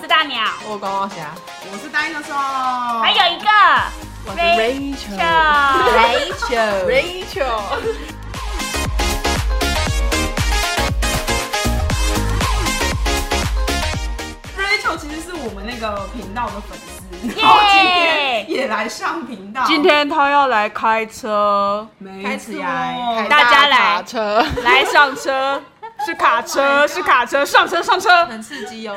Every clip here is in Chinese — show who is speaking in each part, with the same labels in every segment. Speaker 1: 是大鸟，
Speaker 2: 我高高侠，
Speaker 3: 我是呆的兽，
Speaker 1: 还有一个
Speaker 2: 我是 Rachel。
Speaker 1: Rachel。
Speaker 2: Rachel，
Speaker 3: Rachel。Rachel 其实是我们那个频道的粉丝，然后今天也来上频道。
Speaker 4: 今天他要来开车，
Speaker 3: 没
Speaker 2: 开
Speaker 3: 错
Speaker 2: 始呀，开
Speaker 4: 大家来
Speaker 2: 卡车，
Speaker 4: 来上车， 是卡
Speaker 1: Oh
Speaker 4: 车，是卡车，上车上车。
Speaker 2: 很刺激哦。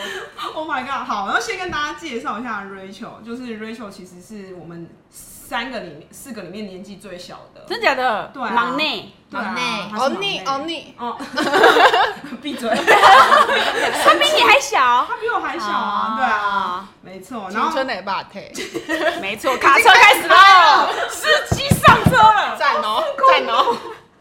Speaker 3: Oh my god！好，那先跟大家介绍一下 Rachel，就是 Rachel 其实是我们三个里面四个里面年纪最小的，
Speaker 4: 真假的？
Speaker 3: 对啊
Speaker 1: 忙内，
Speaker 3: 对啊，
Speaker 2: 忙内
Speaker 3: 她是忙内
Speaker 2: Only Only，
Speaker 3: 哦，闭嘴！ 他
Speaker 1: 他比你还小，
Speaker 3: 比我还小啊，对啊，没错。然
Speaker 2: 青
Speaker 3: 后
Speaker 2: 春奶爸腿，
Speaker 4: 没错，卡车开始了，司机上车了。
Speaker 2: 赞哦赞哦。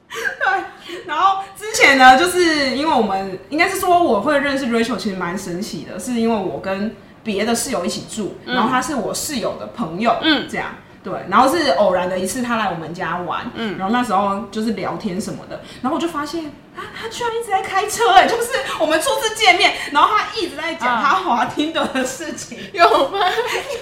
Speaker 3: 对，然后之前呢，就是因为我们应该是说我会认识 Rachel，其实蛮神奇的，是因为我跟别的室友一起住，然后他是我室友的朋友，嗯，这样。对，然后是偶然的一次，他来我们家玩，嗯，然后那时候就是聊天什么的，然后我就发现啊，他居然一直在开车、哎， 就是我们初次见面，然后他一直在
Speaker 4: 嗯
Speaker 3: 讲他滑听的事情，
Speaker 2: 有吗？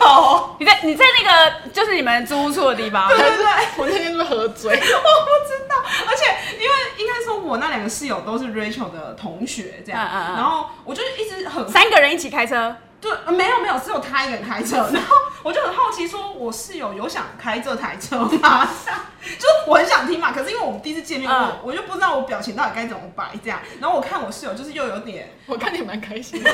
Speaker 1: 哦
Speaker 3: 有，
Speaker 4: 你在你在那个就是你们租屋处的地方，
Speaker 3: 对对对，
Speaker 2: 我那天是不是喝醉，
Speaker 3: 我不知道，而且因为应该说，我那两个室友都是 Rachel 的同学，这样，
Speaker 4: 嗯嗯嗯
Speaker 3: 然后我就一直很
Speaker 4: 三个人一起开车，
Speaker 3: 对，呃没有没有，只有他一个人开车，然后我就很好奇，说我室友有想开这台车吗？ 就是我很想听嘛，可是因为我们第一次见面，
Speaker 4: 嗯
Speaker 3: 我我就不知道我表情到底该怎么摆这样，然后我看我室友就是又有点，
Speaker 2: 我看你蛮开心的，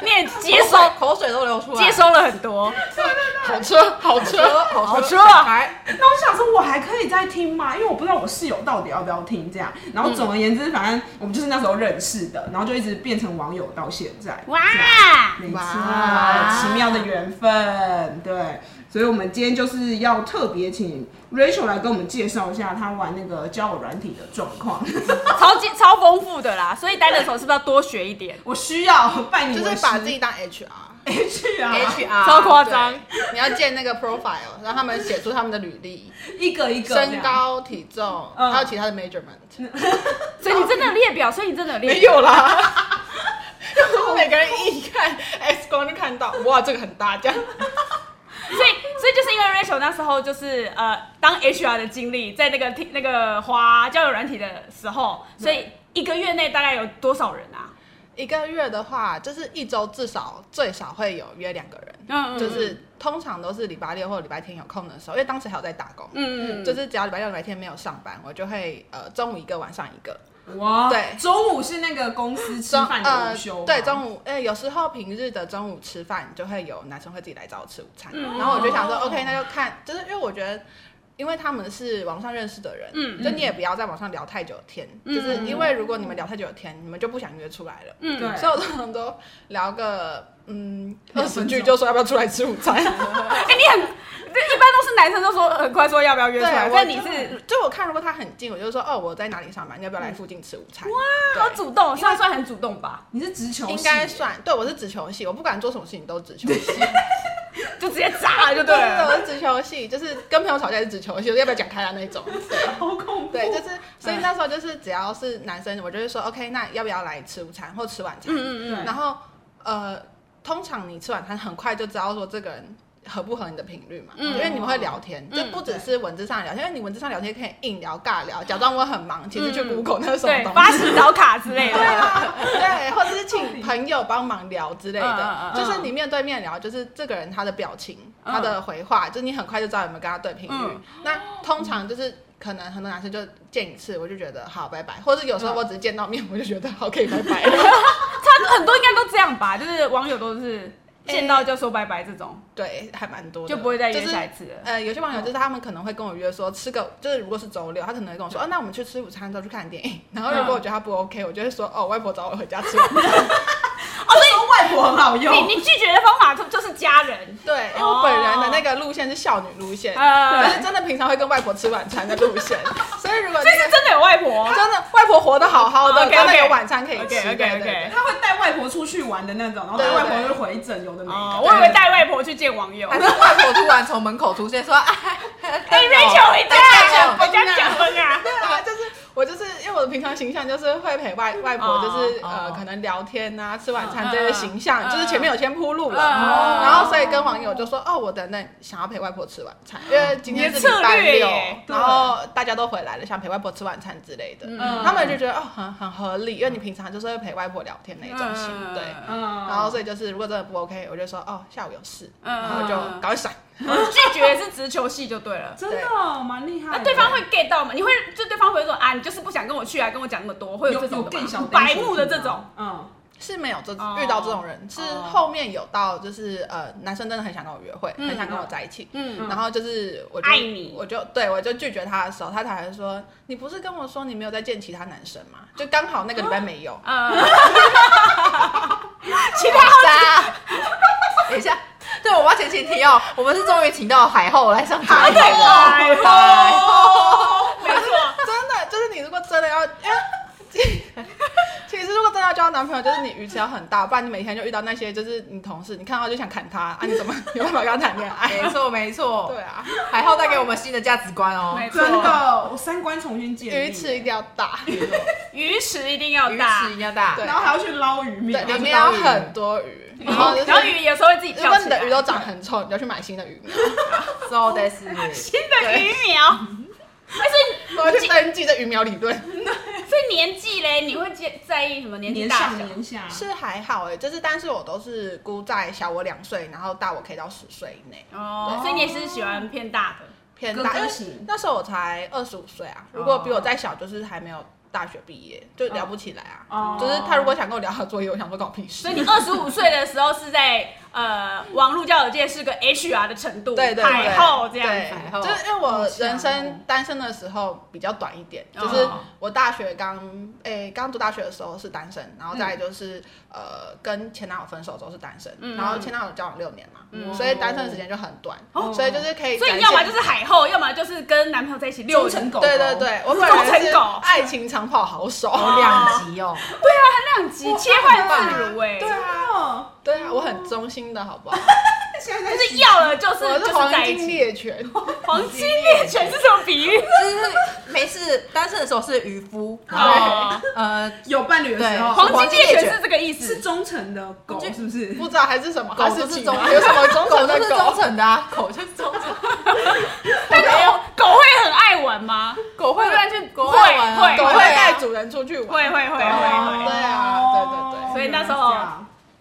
Speaker 4: 你也接收
Speaker 2: 口水都流出
Speaker 4: 接收了很多，
Speaker 3: 对对对，
Speaker 2: 好车好车好
Speaker 4: 好
Speaker 2: 车，
Speaker 4: 车啊，
Speaker 3: 那我想说，我还可以再听吗？因为我不知道我室友到底要不要听这样。然后总而言之，反正我们就是那时候认识的，然后就一直变成网友到现在。
Speaker 1: 哇，
Speaker 3: 这样没错，
Speaker 2: 哇
Speaker 3: 奇妙的缘分，对。所以，我们今天就是要特别请 Rachel 来跟我们介绍一下她玩那个交友软体的状况。
Speaker 4: 超级超丰富的啦，所以待的时候是不是要多学一点？
Speaker 3: 我需要拜你
Speaker 2: 就
Speaker 3: 为
Speaker 2: 是
Speaker 3: 师
Speaker 2: 把自己当 HR。
Speaker 3: 哎 H 啊
Speaker 2: HR
Speaker 4: 超夸张
Speaker 2: 对，你要建那个 profile，让他们写出他们的履历、
Speaker 3: 一个一个这样
Speaker 2: 身，高、体重，
Speaker 3: 嗯
Speaker 2: 还有其他的 measurement。
Speaker 4: 所以你真的有列表，所以你真的有列表。
Speaker 2: 有啦， 每个人一看 X 光就看到，哇，这个很大，这样。
Speaker 4: 所以，所以就是因为 Rachel 那时候就是呃，当 HR 的经历，在那个听那个花交友软体的时候，所以一个月内大概有多少人啊？
Speaker 2: 一个月的话，就是一周至少最少会有约两个人，
Speaker 4: 嗯，嗯
Speaker 2: 就是通常都是礼拜六或礼拜天有空的时候，因为当时还有在打工，
Speaker 4: 嗯嗯，
Speaker 2: 就是只要礼拜六、礼拜天没有上班，我就会呃中午一个，晚上一个，
Speaker 3: 哇，
Speaker 2: 对
Speaker 3: 中午是那个公司吃
Speaker 2: 中呃
Speaker 3: 饭的午休吗、
Speaker 2: 对中午，哎、有时候平日的中午吃饭，就会有男生会自己来找我吃午餐，然后我就想说、
Speaker 3: 哦
Speaker 2: o k 那就看，就是因为我觉得。因为他们是网上认识的人，
Speaker 4: 嗯
Speaker 2: 就你也不要在网上聊太久的天，
Speaker 3: 嗯
Speaker 2: 就是因为如果你们聊太久的天，你们就不想约出来了。
Speaker 4: 嗯
Speaker 3: 对
Speaker 2: 所以我通常都聊个嗯
Speaker 3: 两
Speaker 2: 二
Speaker 3: 分
Speaker 2: 十
Speaker 3: 钟
Speaker 2: 句，就说要不要出来吃午 餐。
Speaker 4: 哎、你很，这一般都是男生都说很快说要不要约出来，
Speaker 2: 我
Speaker 4: 但你
Speaker 2: 就是就我看如果他很近，我就说哦我在哪里上班，要不要
Speaker 3: 嗯
Speaker 2: 来附近吃午餐？哇
Speaker 4: 好主动，算算很主动吧，
Speaker 3: 你是直球系
Speaker 2: 应该算对我是直球系，我不管做什么事情都直球系。
Speaker 4: 就直接砸了就对
Speaker 2: 对， 我
Speaker 4: 了。
Speaker 2: 是直球系，就是跟朋友吵架是直球系，要不要讲开啊那一 种。
Speaker 3: 好恐怖，
Speaker 2: 对，就是所以那时候就是只要是男生，我就会说 OK，那要不要来吃午餐或吃晚餐？
Speaker 4: 嗯嗯
Speaker 3: 对
Speaker 2: 然后呃，通常你吃晚餐很快就知道说这个人。合不合你的频率嘛？
Speaker 4: 嗯
Speaker 2: 因为你们会聊天，就不只是文字上的聊天，因为你文字上聊天可以硬聊、尬聊，假装我很忙，其实去 Google 那是什么
Speaker 4: 嗯对，
Speaker 2: 东
Speaker 4: 发
Speaker 2: 西。
Speaker 4: 起找卡之类
Speaker 2: 对
Speaker 4: 的。
Speaker 2: 啊，对，或者是请朋友帮忙聊之类
Speaker 4: 嗯
Speaker 2: 的
Speaker 4: 嗯，嗯
Speaker 2: 就是你面对面聊，就是这个人他的表情、他的回话，就是你很快就知道有没有跟他对频率
Speaker 4: 嗯。
Speaker 2: 那通常就是。可能很多男生就见一次，我就觉得好拜拜，或者有时候我只是见到面，我就觉得好可以拜 拜了。
Speaker 4: 他很多应该都这样吧，就是网友都是见到就说拜拜这种，
Speaker 2: 对，还蛮多的，
Speaker 4: 就不会再约
Speaker 2: 就是
Speaker 4: 下一次了。
Speaker 2: 呃，有些网友就是他们可能会跟我约说吃个，就是如果是周六，他可能会跟我说，哦，那我们去吃午餐，之后去看电影。然后如果我觉得他不 OK，我就会说，哦，外婆找我回家吃晚餐。
Speaker 3: 哦，所以外婆很好用，
Speaker 4: 你你拒绝的方法就就是家人，
Speaker 2: 对，因为我本人的那个路线是少女路线，
Speaker 4: 呃
Speaker 2: 可是真的平常会跟外婆吃晚餐的 路线，所以如果
Speaker 4: 这是
Speaker 2: 那个哦
Speaker 4: 真的有外婆。
Speaker 2: 真的外婆活得好好的，
Speaker 4: OK，OK
Speaker 2: 真的有晚餐可以吃。
Speaker 4: OK
Speaker 2: 对
Speaker 4: OK
Speaker 2: 对对
Speaker 4: OK。
Speaker 3: 他会带外婆出去玩的那种，然后
Speaker 2: 对
Speaker 3: 带
Speaker 2: 对
Speaker 3: 外婆就回诊，有的没
Speaker 4: 哦，
Speaker 3: 的。
Speaker 4: 我以为带外婆去见网友。
Speaker 5: 还是外婆突然从门口出现，说：“
Speaker 2: 啊
Speaker 5: 哎，
Speaker 4: 哎，Rachel 回家，
Speaker 5: Rachel，
Speaker 4: 回家讲婚啊！
Speaker 2: 对啊，就是我就是因为我平常形象就是会陪外外婆，就是
Speaker 5: 哦
Speaker 2: 呃
Speaker 5: 哦
Speaker 2: 可能聊天啊、吃晚餐
Speaker 4: 嗯
Speaker 2: 这些形象，
Speaker 4: 嗯
Speaker 2: 就是前面有先铺路了，
Speaker 4: 嗯
Speaker 2: 然后所以跟网友就说哦，我等等想要陪外婆吃晚餐，因为今天是礼拜
Speaker 4: 你的策略
Speaker 2: 六
Speaker 4: 耶，
Speaker 2: 然后大家都回来了，想陪外婆吃晚餐之类的，
Speaker 4: 嗯
Speaker 2: 他们就觉得哦很很合理，因为你平常就是会陪外婆聊天那一种型，
Speaker 4: 嗯
Speaker 2: 对。
Speaker 3: 嗯，
Speaker 2: 然后所以就是如果真的不 OK，我就说哦下午有事，
Speaker 4: 嗯
Speaker 2: 然后就赶快闪。
Speaker 4: 拒绝是直球戏就对了。
Speaker 3: 真的哦蛮厉害
Speaker 4: 那
Speaker 2: 啊
Speaker 3: 的，
Speaker 4: 对方会 get 到吗？你会就对方会说啊，你就是不想跟我去啊，跟我讲那么多，会
Speaker 3: 有
Speaker 4: 这种
Speaker 3: 有
Speaker 4: 的
Speaker 3: 更小
Speaker 4: 吗 白目的这种，，
Speaker 3: 嗯，
Speaker 2: 是没有这
Speaker 4: 哦
Speaker 2: 遇到这种人，是
Speaker 4: 哦
Speaker 2: 后面有到就是呃，男生真的很想跟我约会，很想跟我在一起，
Speaker 4: 嗯，
Speaker 2: 然后就是我就
Speaker 4: 爱你
Speaker 2: 我就对我就拒绝他的时候，他才会说你不是跟我说你没有再见其他男生吗？就刚好那个礼拜没 有，
Speaker 4: 呃，
Speaker 5: 其他
Speaker 2: 啊
Speaker 5: 等一下，对我们要前情提要，我们是终于请到海后来上节目。
Speaker 4: 海后
Speaker 5: 海后，
Speaker 4: 没错，
Speaker 2: 真的就是你如果真的要。 因为其实，如果真的要交男朋友，就是你鱼池要很大，不然你每天就遇到那些就是你同事，你看到就想砍他啊，你怎么有办法跟他谈恋爱？
Speaker 5: 没错没错
Speaker 2: 对，啊，
Speaker 5: 海后带给我们新的价值观哦。
Speaker 4: 没错，
Speaker 3: 真的，我三观重新建立，
Speaker 2: 鱼池一定要大，
Speaker 4: 鱼池一定要
Speaker 5: 鱼
Speaker 4: 大
Speaker 5: 池一，定要大，
Speaker 2: 对
Speaker 3: 然后还要去捞鱼苗
Speaker 2: 对，，里面有很多鱼，然后就是
Speaker 4: 哦然后鱼有时候会自己
Speaker 2: 如
Speaker 4: 跳
Speaker 2: 果
Speaker 4: 起
Speaker 2: 你
Speaker 4: 来
Speaker 2: 的鱼都长很臭，你就去买新的鱼苗，
Speaker 5: so that's
Speaker 4: 新的鱼苗，哎所
Speaker 2: 我要去登记这鱼苗理论。
Speaker 4: 以所以年纪嘞，你会介在意什么年纪
Speaker 3: 年
Speaker 4: 大
Speaker 3: 上
Speaker 4: 小？
Speaker 3: 年下，
Speaker 2: 是还好哎、就是但是我都是估在小我两岁，然后大我可以到十岁以内，
Speaker 4: 哦，所以你也是喜欢偏大哦的。
Speaker 2: 偏
Speaker 3: 哥
Speaker 2: 大。
Speaker 3: 哥
Speaker 2: 因为
Speaker 3: 型
Speaker 2: 那时候我才二十五岁啊，如果比我再小，就是还没有大学毕业，就聊不起来啊。
Speaker 3: 哦
Speaker 2: 就是他如果想跟我聊他的作业，我想说搞屁事
Speaker 4: 所以。 你二十五岁的时候是在呃网络交友界是个 HR 的程度，
Speaker 2: 对对对，
Speaker 4: 海后这样
Speaker 2: 对
Speaker 4: 子。哦
Speaker 5: 海后
Speaker 2: 就是因为我人
Speaker 3: 好像哦
Speaker 2: 生单身的时候比较短一点，就是
Speaker 4: 哦
Speaker 2: 我大学刚诶刚读大学的时候是单身，然后再来就是、
Speaker 4: 嗯
Speaker 2: 呃跟前男友分手之后是单身，然后前男友交往六年嘛，所以单身的时间就很短，所以就是可
Speaker 4: 嗯
Speaker 2: 以
Speaker 4: 哦所
Speaker 2: 展现，
Speaker 4: 以要么就是海后，要么就是跟男朋友在一起六
Speaker 3: 忠
Speaker 4: 成
Speaker 3: 诚狗狗，
Speaker 2: 对对，对，我本
Speaker 4: 忠
Speaker 2: 来
Speaker 4: 诚
Speaker 2: 是
Speaker 4: 狗
Speaker 2: 爱情长跑好手，
Speaker 5: 有两集哦，
Speaker 4: 量级切换自如哎，
Speaker 3: 对啊，
Speaker 2: 对啊，我很忠心的好 不好？
Speaker 3: 现在
Speaker 4: 就
Speaker 3: 在
Speaker 4: 是要了就是
Speaker 2: 我
Speaker 4: 就是是
Speaker 2: 黄
Speaker 4: 在一
Speaker 2: 金
Speaker 4: 起。
Speaker 2: 猎犬，
Speaker 4: 黄金猎犬是什么比喻？
Speaker 5: 就是 没事单身的时候是渔 夫，然后
Speaker 4: 哦，
Speaker 5: 呃
Speaker 3: 有伴侣的时候，
Speaker 5: 对
Speaker 4: 黄金猎犬是这个意
Speaker 3: 是
Speaker 4: 思。
Speaker 3: 忠诚的狗，
Speaker 5: 就是
Speaker 3: 不是？
Speaker 2: 不知道还是什么，
Speaker 5: 狗
Speaker 2: 哈士
Speaker 5: 就是
Speaker 2: 奇
Speaker 5: 忠
Speaker 2: 吗有什么忠
Speaker 5: 狗
Speaker 2: 诚
Speaker 5: 就是
Speaker 2: 的
Speaker 5: 忠
Speaker 2: 狗？
Speaker 5: 诚的啊，狗就是忠诚，
Speaker 4: 但狗狗会很爱玩吗？
Speaker 5: 狗会乱去，狗
Speaker 4: 会
Speaker 5: 玩啊
Speaker 4: 会
Speaker 2: 狗
Speaker 5: 狗
Speaker 2: 会
Speaker 5: 会
Speaker 2: 带
Speaker 5: 带主。
Speaker 2: 主人出去玩，
Speaker 4: 会会会会会。
Speaker 2: 对啊对对
Speaker 3: 哦
Speaker 2: 对
Speaker 4: 所以那时候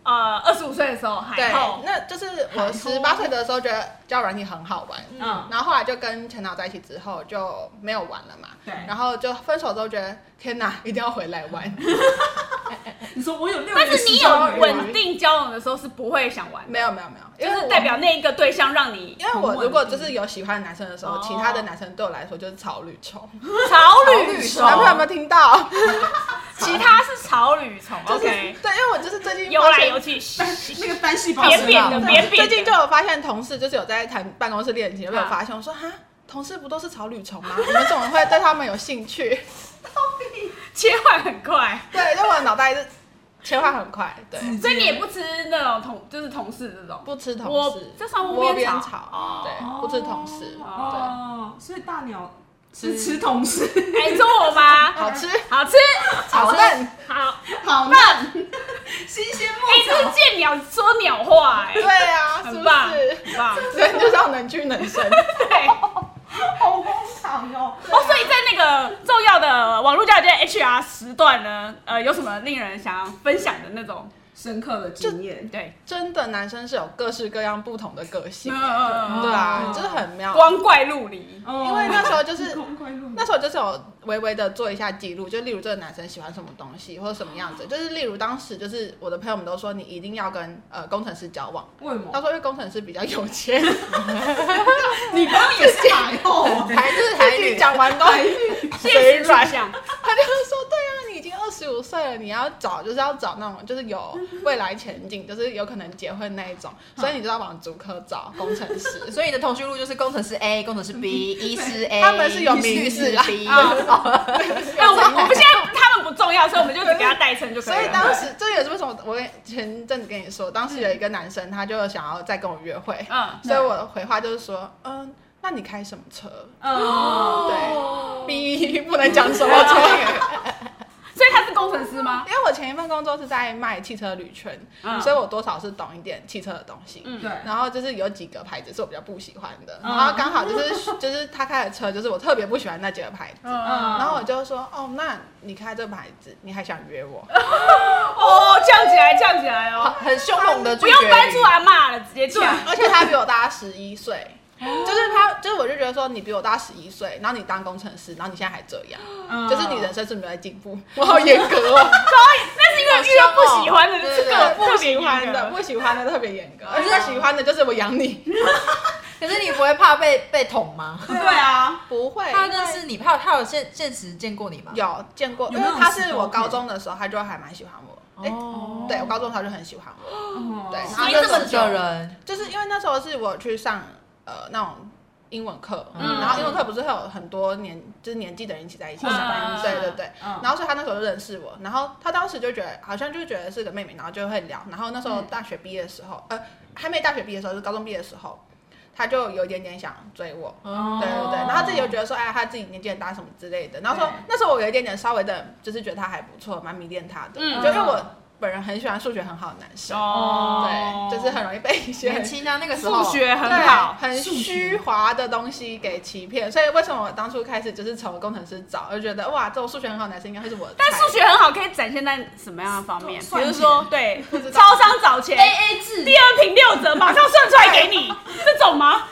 Speaker 4: 呃，二十五岁的时候海
Speaker 2: 对
Speaker 4: 后，，
Speaker 2: 那就是我十八岁的时候觉得交友软体很好玩，
Speaker 3: 嗯
Speaker 2: 然后后来就跟前男友在一起之后就没有玩了嘛，
Speaker 3: 对
Speaker 2: 然后就分手之后觉得天哪，一定要回来 玩，
Speaker 3: 你说我有六，
Speaker 4: 但是你有稳定交往的时候是不会想玩的，
Speaker 2: 没有没有没有，
Speaker 4: 就
Speaker 2: 因为
Speaker 4: 是
Speaker 2: 我
Speaker 4: 代。表那一个对象让你
Speaker 2: 因为我如果就是有喜欢的男生的时候，
Speaker 4: 哦
Speaker 2: 其他的男生对我来说就是草履虫。
Speaker 4: 草
Speaker 5: 草
Speaker 4: 履
Speaker 5: 履
Speaker 4: 虫
Speaker 5: 虫，
Speaker 2: 男朋友有没有听到？
Speaker 4: 其他是草履虫
Speaker 2: 就是
Speaker 4: ，OK，
Speaker 2: 对，因为我就是最近
Speaker 4: 游
Speaker 2: 发
Speaker 4: 来
Speaker 2: 现
Speaker 4: 游 去，
Speaker 3: 那个单细胞
Speaker 4: 扁扁的，
Speaker 5: 对
Speaker 4: 扁扁
Speaker 2: 最近就
Speaker 4: 的。
Speaker 2: 有发现同事就是有在谈办公室恋情，有没有发现？我说
Speaker 4: 嗯
Speaker 2: 哈，同事不都是草履虫吗？ 你们怎么会对他们有兴趣？
Speaker 4: 切换很快，
Speaker 2: 对，因为我的脑袋是切换很快，对，
Speaker 4: 所以你也不吃那种同就是同事这种，
Speaker 2: 不吃同
Speaker 4: 我
Speaker 2: 事，
Speaker 4: 这算窝
Speaker 2: 窝
Speaker 4: 边
Speaker 2: 边
Speaker 4: 草哦
Speaker 2: 草，对，不吃同事，对，
Speaker 3: 哦，所以大鸟是吃同事，
Speaker 4: 哎，你说我 吗？
Speaker 2: 好吃，
Speaker 4: 好吃，
Speaker 2: 炒蛋，
Speaker 4: 好，
Speaker 3: 好嫩，新鲜
Speaker 4: 哎，这是
Speaker 3: 莫
Speaker 4: 见鸟说鸟话，哎
Speaker 2: 对，啊，是
Speaker 4: 很
Speaker 2: 不
Speaker 4: 棒，很
Speaker 2: 是？
Speaker 4: 棒，
Speaker 2: 人就是要能屈能伸，
Speaker 4: 对。
Speaker 3: 找，好荒唐哦。
Speaker 4: 哦，所以在那个重要的网络交友界 HR 时段呢，呃，有什么令人想要分享的那种？
Speaker 3: 深刻的经验，
Speaker 4: 对，
Speaker 2: 真的男生是有各式各样不同的个性，
Speaker 4: 嗯
Speaker 2: 对啊
Speaker 3: 哦，
Speaker 2: 就是哦很妙。
Speaker 4: 光怪陆离，
Speaker 3: 因
Speaker 2: 因为那时候就是那
Speaker 3: 那
Speaker 2: 时候就是有微微的做一下记录，就例如这个男生喜欢什么东西或者什么样子，就是例如当时就是我的朋友们都说你一定要跟呃工程师交往，
Speaker 3: 为什
Speaker 2: 他
Speaker 3: 么？
Speaker 2: 说因为工程师比较有钱，
Speaker 3: 你刚刚也是海后啊，
Speaker 5: 台就是台女，
Speaker 2: 讲完都
Speaker 3: 海域
Speaker 4: 现实转向，
Speaker 2: 他就说：“对啊，你已经二十五岁了，你要找就是要找那种就是有未来前景，就是有可能结婚那一种，所以你就要往主科找工程师。
Speaker 5: 所以你的通讯录就是工程师 A、工程师 B、医师 A，
Speaker 2: 他们是有名
Speaker 5: 律
Speaker 2: 字
Speaker 5: 师
Speaker 2: 啊
Speaker 5: B，
Speaker 4: 哎， 我们我们现在他们不重要，所以我们就只给他代称就可
Speaker 2: 所以
Speaker 4: 以了。
Speaker 2: 当时这也是为什么我跟前阵子跟你说，当时有一个男生他就想要再跟我约会，
Speaker 4: 嗯，
Speaker 2: 所以我的回话就是说，嗯，那你开
Speaker 4: 嗯
Speaker 2: 什么车？
Speaker 3: 哦，
Speaker 2: 对，B 不能讲什么车，
Speaker 4: 程师吗？
Speaker 2: 因为我前一份工作是在卖汽车铝圈，
Speaker 4: 嗯
Speaker 2: 所以我多少是懂一点汽车的东西。
Speaker 4: 嗯
Speaker 3: 对，
Speaker 2: 然后就是有几个牌子是我比较不喜欢的，
Speaker 4: 嗯
Speaker 2: 然后刚好就是就是 他开的车，就是我特别不喜欢那几个牌子。
Speaker 4: 嗯
Speaker 2: 然后我就说，哦，那你开这牌子，你还想 约我？
Speaker 4: 哦，降起来，降起来
Speaker 5: 好
Speaker 4: 哦，
Speaker 5: 很凶猛的拒
Speaker 4: 不
Speaker 5: 绝
Speaker 4: 用搬
Speaker 5: 你
Speaker 4: 出来骂了，直接
Speaker 2: 对哦
Speaker 4: 呛。，
Speaker 2: 而且他比我大十一岁，就是他，就是我就觉得说你比我大十一岁，然后你当工程师，然后你现在还这样，就是你人生是没有在进步，嗯 我好严格哦，
Speaker 4: 那是因为遇到不喜欢 的，
Speaker 5: 好凶哦
Speaker 4: 这
Speaker 5: 对对
Speaker 4: 个
Speaker 5: 对
Speaker 2: 不
Speaker 4: 不
Speaker 2: 喜
Speaker 4: 喜
Speaker 2: 欢
Speaker 4: 欢
Speaker 2: 的，
Speaker 4: 的，
Speaker 2: 不喜欢的特别严格，而且喜欢的就是我养 你，
Speaker 5: 可是你不会怕被被捅吗？
Speaker 4: 对啊，
Speaker 2: 不会，
Speaker 5: 他认识你，他有他有现现实见过你吗？
Speaker 2: 有见过，
Speaker 3: 有
Speaker 2: 因
Speaker 3: 没有
Speaker 2: 为他
Speaker 3: 很
Speaker 2: 是
Speaker 3: 熟
Speaker 2: 我
Speaker 3: 的
Speaker 2: 高中的时候，他就还蛮喜欢我，哎，
Speaker 5: 哦，啊
Speaker 2: 对我高中的时候就很喜欢我，对，然后
Speaker 4: 所
Speaker 5: 他
Speaker 4: 以
Speaker 2: 就
Speaker 5: 认
Speaker 4: 这么
Speaker 5: 识
Speaker 4: 久
Speaker 5: 的人，
Speaker 2: 就是因为那时候是我去上呃那种英文课，
Speaker 5: 嗯
Speaker 2: 然后英文课不是会有很多年就是年纪的人一起在一起
Speaker 3: 嗯
Speaker 2: 上班，
Speaker 4: 嗯
Speaker 2: 对对对。
Speaker 3: 嗯
Speaker 2: 然后所以他那时候就认识我，然后他当时就觉得好像就觉得是个妹妹，然后就会聊。然后那时候大学毕业的时候，呃，还没大学毕业的时候，就是高中毕业的时候，他就有一点点想追我，
Speaker 5: 哦
Speaker 2: 对对对。然后自己又觉得说，哎，他自己年纪很大什么之类的。然后说
Speaker 3: 对
Speaker 2: 那时候我有一点点稍微的，就是觉得他还不错，蛮迷恋他的，
Speaker 4: 嗯
Speaker 2: 就因为我本人很喜欢数学很好的男生，
Speaker 4: 哦，
Speaker 2: 对，就是很容易被一些
Speaker 5: 年轻啊，那个时候
Speaker 4: 数学很
Speaker 2: 对
Speaker 4: 好，
Speaker 2: 很虚华的东西给欺骗，所以为什么我当初开始就是从工程师找，就觉得哇，这种数学很好的男生应该会是我的菜。
Speaker 4: 但数学很好，可以展现在什么样的方面？比
Speaker 3: 算
Speaker 4: 如
Speaker 3: 钱
Speaker 4: 说，对
Speaker 2: 知，道
Speaker 4: 超商找钱
Speaker 6: A，A 制
Speaker 4: 第二瓶六折，马上算出来给你，这种吗？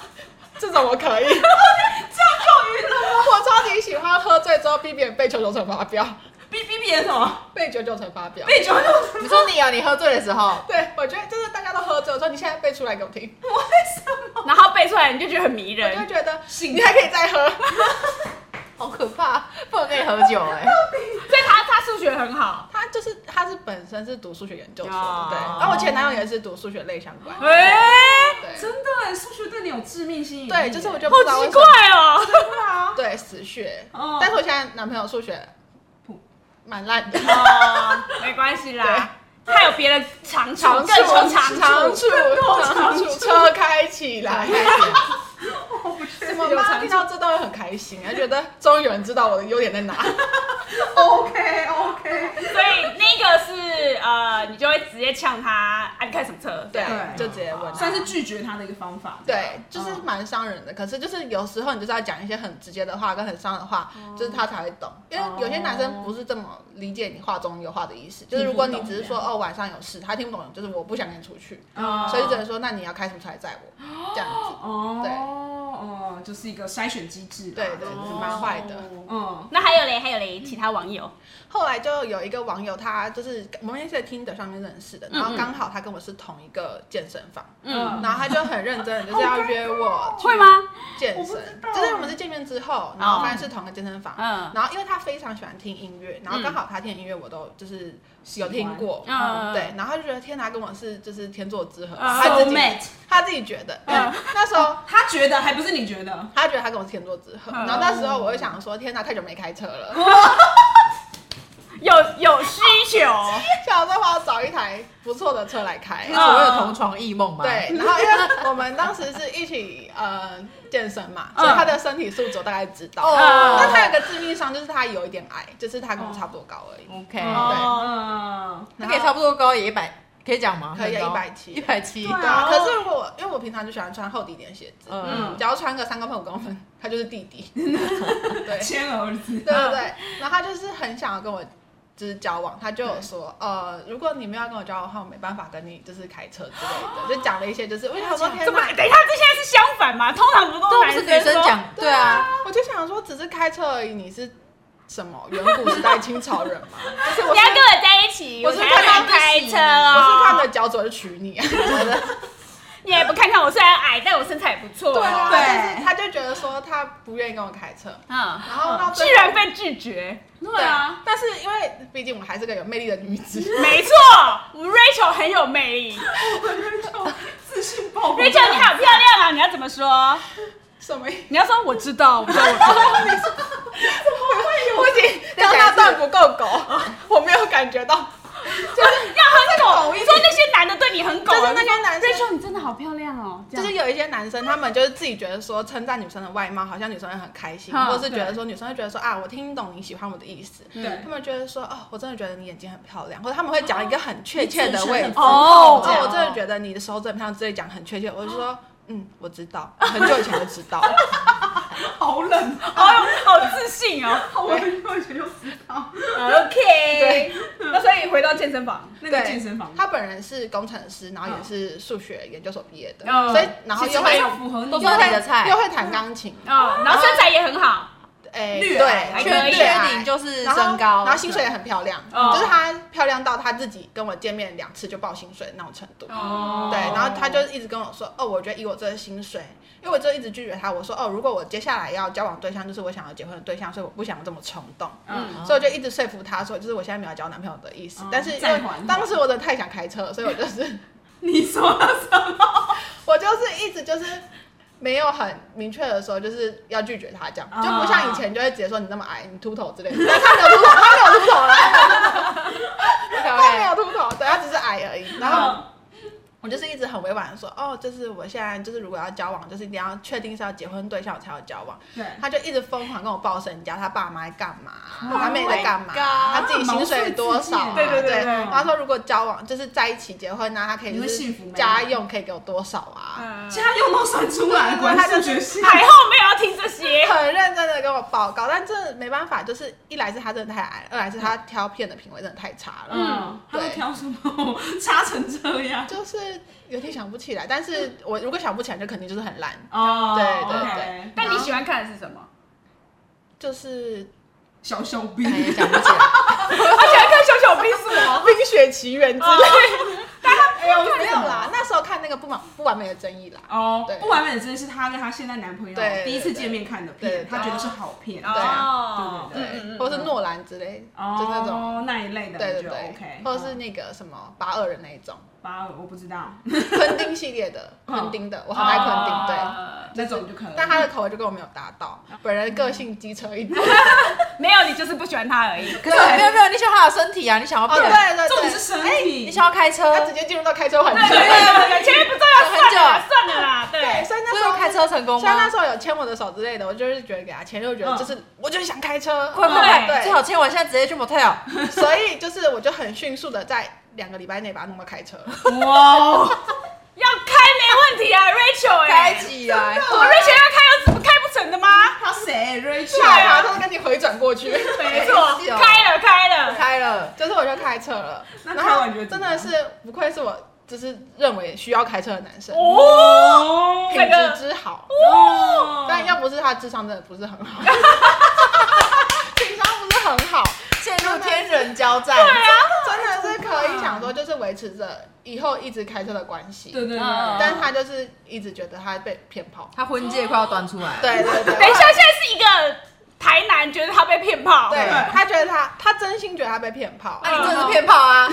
Speaker 2: 这种我可以， 这样够晕了。我超级喜欢喝醉之后逼别人背九九乘法表，
Speaker 3: B B B 什么？
Speaker 2: 背九九乘法表。
Speaker 3: 被九九
Speaker 5: 你说你啊，你喝醉的时候，
Speaker 2: 对，我觉得就是大家都喝醉，我说你现在背出来给我 听，
Speaker 4: 然后背出来你就觉得很迷
Speaker 2: 我就
Speaker 4: 人，
Speaker 2: 觉得你还可以再 喝。
Speaker 5: 好可怕，不能跟你喝酒哎、
Speaker 4: 所以他他数学很好，
Speaker 2: 他就是他是本身是读数学研究所
Speaker 4: 哦
Speaker 2: 的，对，然后我前男友也是读数学类相关的，
Speaker 4: 哎，
Speaker 2: 对
Speaker 3: 真的哎，数学对你有致命吸引力耶。
Speaker 2: 对，就是我就不知道
Speaker 4: 好
Speaker 2: 为
Speaker 4: 奇
Speaker 2: 什么
Speaker 4: 怪哦，
Speaker 3: 对啊，
Speaker 2: 对死学，
Speaker 3: 哦
Speaker 2: 但是我现在男朋友数学
Speaker 3: 不
Speaker 2: 蛮烂的，
Speaker 4: 哦，没关系啦，他有别的长处，更有长处，
Speaker 2: 长处长处车开起来。我
Speaker 3: 我
Speaker 2: 妈妈听到这都会很开心，她觉得终于有人知道我的优点在哪。
Speaker 3: OK OK，
Speaker 4: 所以那个是呃，你就会直接呛他，啊，你开什么车？
Speaker 2: 对
Speaker 3: 对，
Speaker 2: 就直接问。
Speaker 3: 算是嗯拒绝他的一个方法。
Speaker 2: 对，就是蛮伤人的。可是就是有时候你就是要讲一些很直接的话跟很伤人的话，就是他才会懂。因为有些男生不是这么理解你话中有话的意思。就是如果你只是说哦晚上有事，他听不懂，就是我不想跟你出去，
Speaker 3: 哦
Speaker 2: 所以只能说那你要开什么车来载我这样子。
Speaker 3: 哦
Speaker 2: 对
Speaker 3: 哦，就是一个筛选机制啦。
Speaker 2: 对对，
Speaker 3: 哦
Speaker 2: 是蛮坏的。
Speaker 3: 嗯，
Speaker 4: 哦那还有嘞，还有嘞，其他网友，
Speaker 2: 后来就有一个网友，他就是我们也是在 Tinder 上面认识的，然后刚好他跟我是同一个健身房，
Speaker 4: 嗯，
Speaker 2: 然后他就很认真的就是要约我去
Speaker 4: 会吗？
Speaker 2: 健
Speaker 4: 哦
Speaker 3: 我不知
Speaker 2: 身
Speaker 3: 道，
Speaker 2: 就是我们是见面之后，然后发现是同一个健身房，
Speaker 4: 嗯
Speaker 2: 然后因为他非常喜欢听音乐，然后刚好他听的音乐我都就是有听过，
Speaker 4: 喜欢嗯
Speaker 2: 对，然后他就觉得天哪，跟我是就是天作之合，
Speaker 4: 嗯
Speaker 2: 他自己
Speaker 6: soulmate
Speaker 2: 他自己觉得，因为
Speaker 4: 嗯
Speaker 2: 那时候
Speaker 3: 他觉得还不是你觉得，
Speaker 2: 他觉得他跟我是天作之合，
Speaker 4: 嗯
Speaker 2: 然后那时候我就想说天哪，太久没开车 了，
Speaker 4: 有有需 求，
Speaker 2: 想说我要找一台不错的车来开，
Speaker 5: 是
Speaker 4: 嗯
Speaker 5: 所谓的同床异梦嘛。，
Speaker 2: 对，然后因为我们当时是一起呃健身嘛，
Speaker 4: 嗯
Speaker 2: 所以他的身体素质我大概知道。
Speaker 5: 哦
Speaker 2: 但他有个致命伤，就是他有一点矮，就是他跟我差不多高而已。
Speaker 5: ，OK，
Speaker 4: 哦
Speaker 3: 嗯，
Speaker 5: 那可以差
Speaker 2: 不
Speaker 5: 不多高也一百，可以讲吗？
Speaker 2: 可以
Speaker 5: 很高
Speaker 2: 170
Speaker 5: 一百七，
Speaker 2: 多。对
Speaker 4: 哦
Speaker 2: 啊，可是如果我因为我平常就喜欢穿厚底一点的鞋子，
Speaker 5: 嗯，
Speaker 2: 只要穿个三公分五公分，他就是弟 弟。对对
Speaker 3: 签儿子。
Speaker 2: 对对，然后他就是很想要跟我。就是交往，他就有说，呃，如果你们要跟我交往的话，我没办法跟你就是开车之类的，就讲了一些，就是我想说，天
Speaker 4: 这不，
Speaker 2: 哪，
Speaker 4: 等一下，这现在是相反嘛？通常不是
Speaker 5: 都
Speaker 4: 都
Speaker 5: 不
Speaker 4: 男
Speaker 5: 是
Speaker 4: 生
Speaker 5: 女生
Speaker 4: 说，
Speaker 5: 讲，对啊，
Speaker 2: 我就想说，只是开车而已，你是什么远古时代清朝人吗？就是我
Speaker 4: 不
Speaker 2: 是
Speaker 4: 要跟我在一起，
Speaker 2: 我
Speaker 4: 我
Speaker 2: 是
Speaker 4: 才
Speaker 2: 看到
Speaker 4: 要开车哦。
Speaker 2: 我是看着脚走就娶你、 啊，觉得
Speaker 4: 你也不看看我，虽然矮，但我身材也不错。
Speaker 2: 对啊，
Speaker 3: 对
Speaker 2: 但是他就觉得说他不愿意跟我开车，
Speaker 4: 嗯，
Speaker 2: 然后到最
Speaker 4: 居
Speaker 2: 后
Speaker 4: 然被拒绝，
Speaker 5: 啊
Speaker 4: 啊
Speaker 2: 对，啊但是因为毕竟我还是个有魅力的女子，
Speaker 4: 没错，我们 Rachel 很有魅力。
Speaker 3: 自信爆棚。
Speaker 4: Rachel 你好漂亮啊！你要怎么说？
Speaker 2: 什么意思？
Speaker 4: 你要说我知道，我 知道，我知道。
Speaker 2: 不行，刚刚那段不够狗，我没有感觉到。
Speaker 4: 要很狗，你说那些男的对你很狗，
Speaker 2: 啊
Speaker 4: 啊
Speaker 2: 就是那些男生
Speaker 4: ，Rachel 你真的好漂亮哦，
Speaker 2: 就是
Speaker 4: 这样
Speaker 2: 有一些男生，他们就是自己觉得说称赞女生的外貌，好像女生会很开心，
Speaker 4: 嗯
Speaker 2: 或者是觉得说女生会觉得说啊，我听懂你喜欢我的意思。
Speaker 3: 对
Speaker 2: 他们觉得说哦，我真的觉得你眼睛很漂亮，或者他们会讲一个很确切的
Speaker 5: 自身
Speaker 2: 位
Speaker 5: 很
Speaker 2: 置。
Speaker 5: 丰富
Speaker 4: 哦
Speaker 5: 这
Speaker 2: 哦，
Speaker 5: 样
Speaker 2: 我真的觉得你的手指很漂亮，之类讲很确切。我就说，嗯，我知道，很久以前就知 道。
Speaker 3: 好冷，
Speaker 4: 好有 好自信哦。
Speaker 3: 我很久以前就知道
Speaker 4: OK，那所以回到健身房，
Speaker 3: 那个
Speaker 2: 对
Speaker 3: 健身房，
Speaker 2: 他本人是工程师，然后也是数学研究所毕业的，
Speaker 4: 嗯
Speaker 2: 所以然后
Speaker 3: 其实
Speaker 2: 又会
Speaker 3: 没
Speaker 2: 又
Speaker 3: 有符合你
Speaker 5: 都不是
Speaker 2: 会
Speaker 5: 你的菜
Speaker 2: 又会弹钢琴，
Speaker 4: 嗯，然后身材也很好，
Speaker 2: 哎、
Speaker 3: 略矮还
Speaker 2: 对，
Speaker 4: 可以
Speaker 2: 缺
Speaker 5: 缺
Speaker 2: 略矮
Speaker 5: 点就是
Speaker 2: 然后
Speaker 5: 身高，
Speaker 2: 然后薪水也很漂亮，
Speaker 4: 嗯
Speaker 2: 就是她漂亮到她自己跟我见面两次就报薪水那种程度。
Speaker 4: 哦
Speaker 2: 对，然后她就一直跟我说，哦，我觉得以我这个薪水，因为我就一直拒绝她，我说，哦，如果我接下来要交往对象，就是我想要结婚的对象，所以我不想这么冲动，
Speaker 3: 哦
Speaker 4: 嗯
Speaker 5: 嗯
Speaker 2: 所以我就一直说服她说，就是我现在没有交男朋友的意思，
Speaker 3: 嗯
Speaker 2: 但是因
Speaker 3: 再
Speaker 2: 为
Speaker 3: 缓缓
Speaker 2: 当时我真的太想开车了，所以我就是
Speaker 3: 你说了什么？
Speaker 2: 我就是一直就是没有很明确的说就是要拒绝他这
Speaker 3: 哦
Speaker 2: 样，
Speaker 4: 啊
Speaker 2: 就不像以前就会直接说你那么矮，你秃头 之类的。但他没有秃头，他没有秃头啦，他没有秃头，对他只是矮而已。然后我就是一直很委婉的说，哦，就是我现在就是如果要交往，就是一定要确定是要结婚对象我才要交往。
Speaker 3: 对，
Speaker 2: 他就一直疯狂跟我报身家，他爸妈在干嘛，
Speaker 3: Oh
Speaker 2: 他妹在干嘛
Speaker 5: my god
Speaker 2: 他自己薪水多少啊、
Speaker 3: 对
Speaker 4: 对对对对
Speaker 2: 然后他说如果交往就是在一起结婚啊呢、他可以
Speaker 3: 你
Speaker 2: 就
Speaker 3: 会
Speaker 2: 是
Speaker 3: 幸福吗
Speaker 2: 家用可以给我多少啊？
Speaker 4: 嗯
Speaker 3: 家用都算出来，
Speaker 2: 对
Speaker 3: 管
Speaker 2: 他
Speaker 3: 数
Speaker 2: 就
Speaker 3: 学系，
Speaker 4: 海后没有要听这些，
Speaker 2: 很认真的跟我报告，但这没办法，就是一来是他真的太矮，二来是他挑片的品味真的太差了，
Speaker 3: 嗯，他们
Speaker 2: 对
Speaker 3: 挑什么？差成这样
Speaker 2: 就是有点想不起来。但是我如果想不起来，就肯定就是很烂，
Speaker 3: 哦
Speaker 2: 对对对
Speaker 3: OK
Speaker 4: 但你喜欢看的是什么？
Speaker 2: 就是
Speaker 3: 小小兵
Speaker 5: 哎也想不起来。
Speaker 4: 他喜欢看小小兵什么？
Speaker 2: 《 冰雪奇缘》之类。
Speaker 3: 哎呦，
Speaker 2: 没有啦，那时候看那个不满不完美的争议啦。
Speaker 3: 哦
Speaker 2: 对，
Speaker 3: 不完美的真的是她跟她现在男朋友
Speaker 2: 对
Speaker 3: 第一次见面看的
Speaker 2: 对对
Speaker 3: 片，
Speaker 2: 对
Speaker 3: 她觉得是好片，
Speaker 2: 对
Speaker 4: 哦，
Speaker 3: 对
Speaker 2: 对，
Speaker 4: 嗯
Speaker 2: 或是诺兰之类，
Speaker 3: 哦，
Speaker 2: 就那种，
Speaker 3: 那一类的
Speaker 2: 对对
Speaker 3: 就
Speaker 2: 对
Speaker 3: OK，嗯
Speaker 2: 或者是那个什么八二人那一种，
Speaker 3: 八二我不知道
Speaker 2: 昆汀系列的，昆汀的，我很爱昆
Speaker 4: 哦
Speaker 2: 汀，对。
Speaker 4: 对，
Speaker 3: 那种就可以，
Speaker 2: 但他的口味就跟我没有搭到，本人个性机车一点。
Speaker 4: 没有，你就是不喜欢他而已。
Speaker 5: 可是没有没有，你喜欢他的身体啊，你想要
Speaker 2: 哦，
Speaker 5: 变，
Speaker 2: 对啊对
Speaker 3: 重
Speaker 2: 对
Speaker 3: 点是，身
Speaker 5: 你
Speaker 3: 体，
Speaker 5: 想要开车，
Speaker 2: 他直接进入到开车环
Speaker 4: 对
Speaker 2: 节。
Speaker 4: 对对对，前面不重要，算了啦，
Speaker 5: 很
Speaker 4: 算了啦，
Speaker 2: 对，
Speaker 4: 对，
Speaker 2: 所以那
Speaker 5: 所以
Speaker 2: 时候
Speaker 5: 我开，车成功啊
Speaker 2: 虽然那
Speaker 5: 吗？
Speaker 2: 时候有牵我的手之类的，我就是觉得给他牵，就觉得就是我就是想开车，
Speaker 5: 快快快，
Speaker 2: 啊对
Speaker 5: 最好签完现在直接去 motel。
Speaker 2: 所以就是我就很迅速的在两个礼拜内把他弄到开车。
Speaker 3: 哇，哦
Speaker 4: 要开没问题啊，Rachel，
Speaker 5: 开
Speaker 4: 哎，
Speaker 5: 起来，
Speaker 4: 我 Rachel 要开，有怎么开不成的吗？
Speaker 3: 他谁
Speaker 2: 对啊，他
Speaker 3: Rachel？
Speaker 2: 就跟你回转过去。
Speaker 4: 没错，
Speaker 5: 是哦
Speaker 4: 开了开了，
Speaker 5: 开了，
Speaker 2: 就是我就开车了，
Speaker 3: 那
Speaker 2: 然
Speaker 3: 开
Speaker 2: 后
Speaker 3: 完觉得
Speaker 2: 真
Speaker 3: 怎么
Speaker 2: 的
Speaker 3: 样
Speaker 2: 是不愧是我，就是认为需要开车的男生，
Speaker 4: 哦，
Speaker 2: 品
Speaker 4: 这
Speaker 2: 质
Speaker 4: 个
Speaker 2: 之好。
Speaker 3: 哦
Speaker 2: 但要不是他智商真的不是很好，情商不是很 好，
Speaker 5: 陷入天人交战。
Speaker 3: 啊
Speaker 2: 啊真的是可以想说就是维持着以后一直开车的关系。
Speaker 3: 对对哦对，
Speaker 5: 嗯
Speaker 2: 但是他就是一直觉得他被骗跑。
Speaker 5: 他婚戒快要端出来了，
Speaker 2: 对对对，
Speaker 4: 等一下，现在是一个台南觉得他被骗炮，
Speaker 2: 对
Speaker 5: 对
Speaker 2: 他觉得他他真心觉得他被骗跑，
Speaker 5: 那你真的是骗炮啊！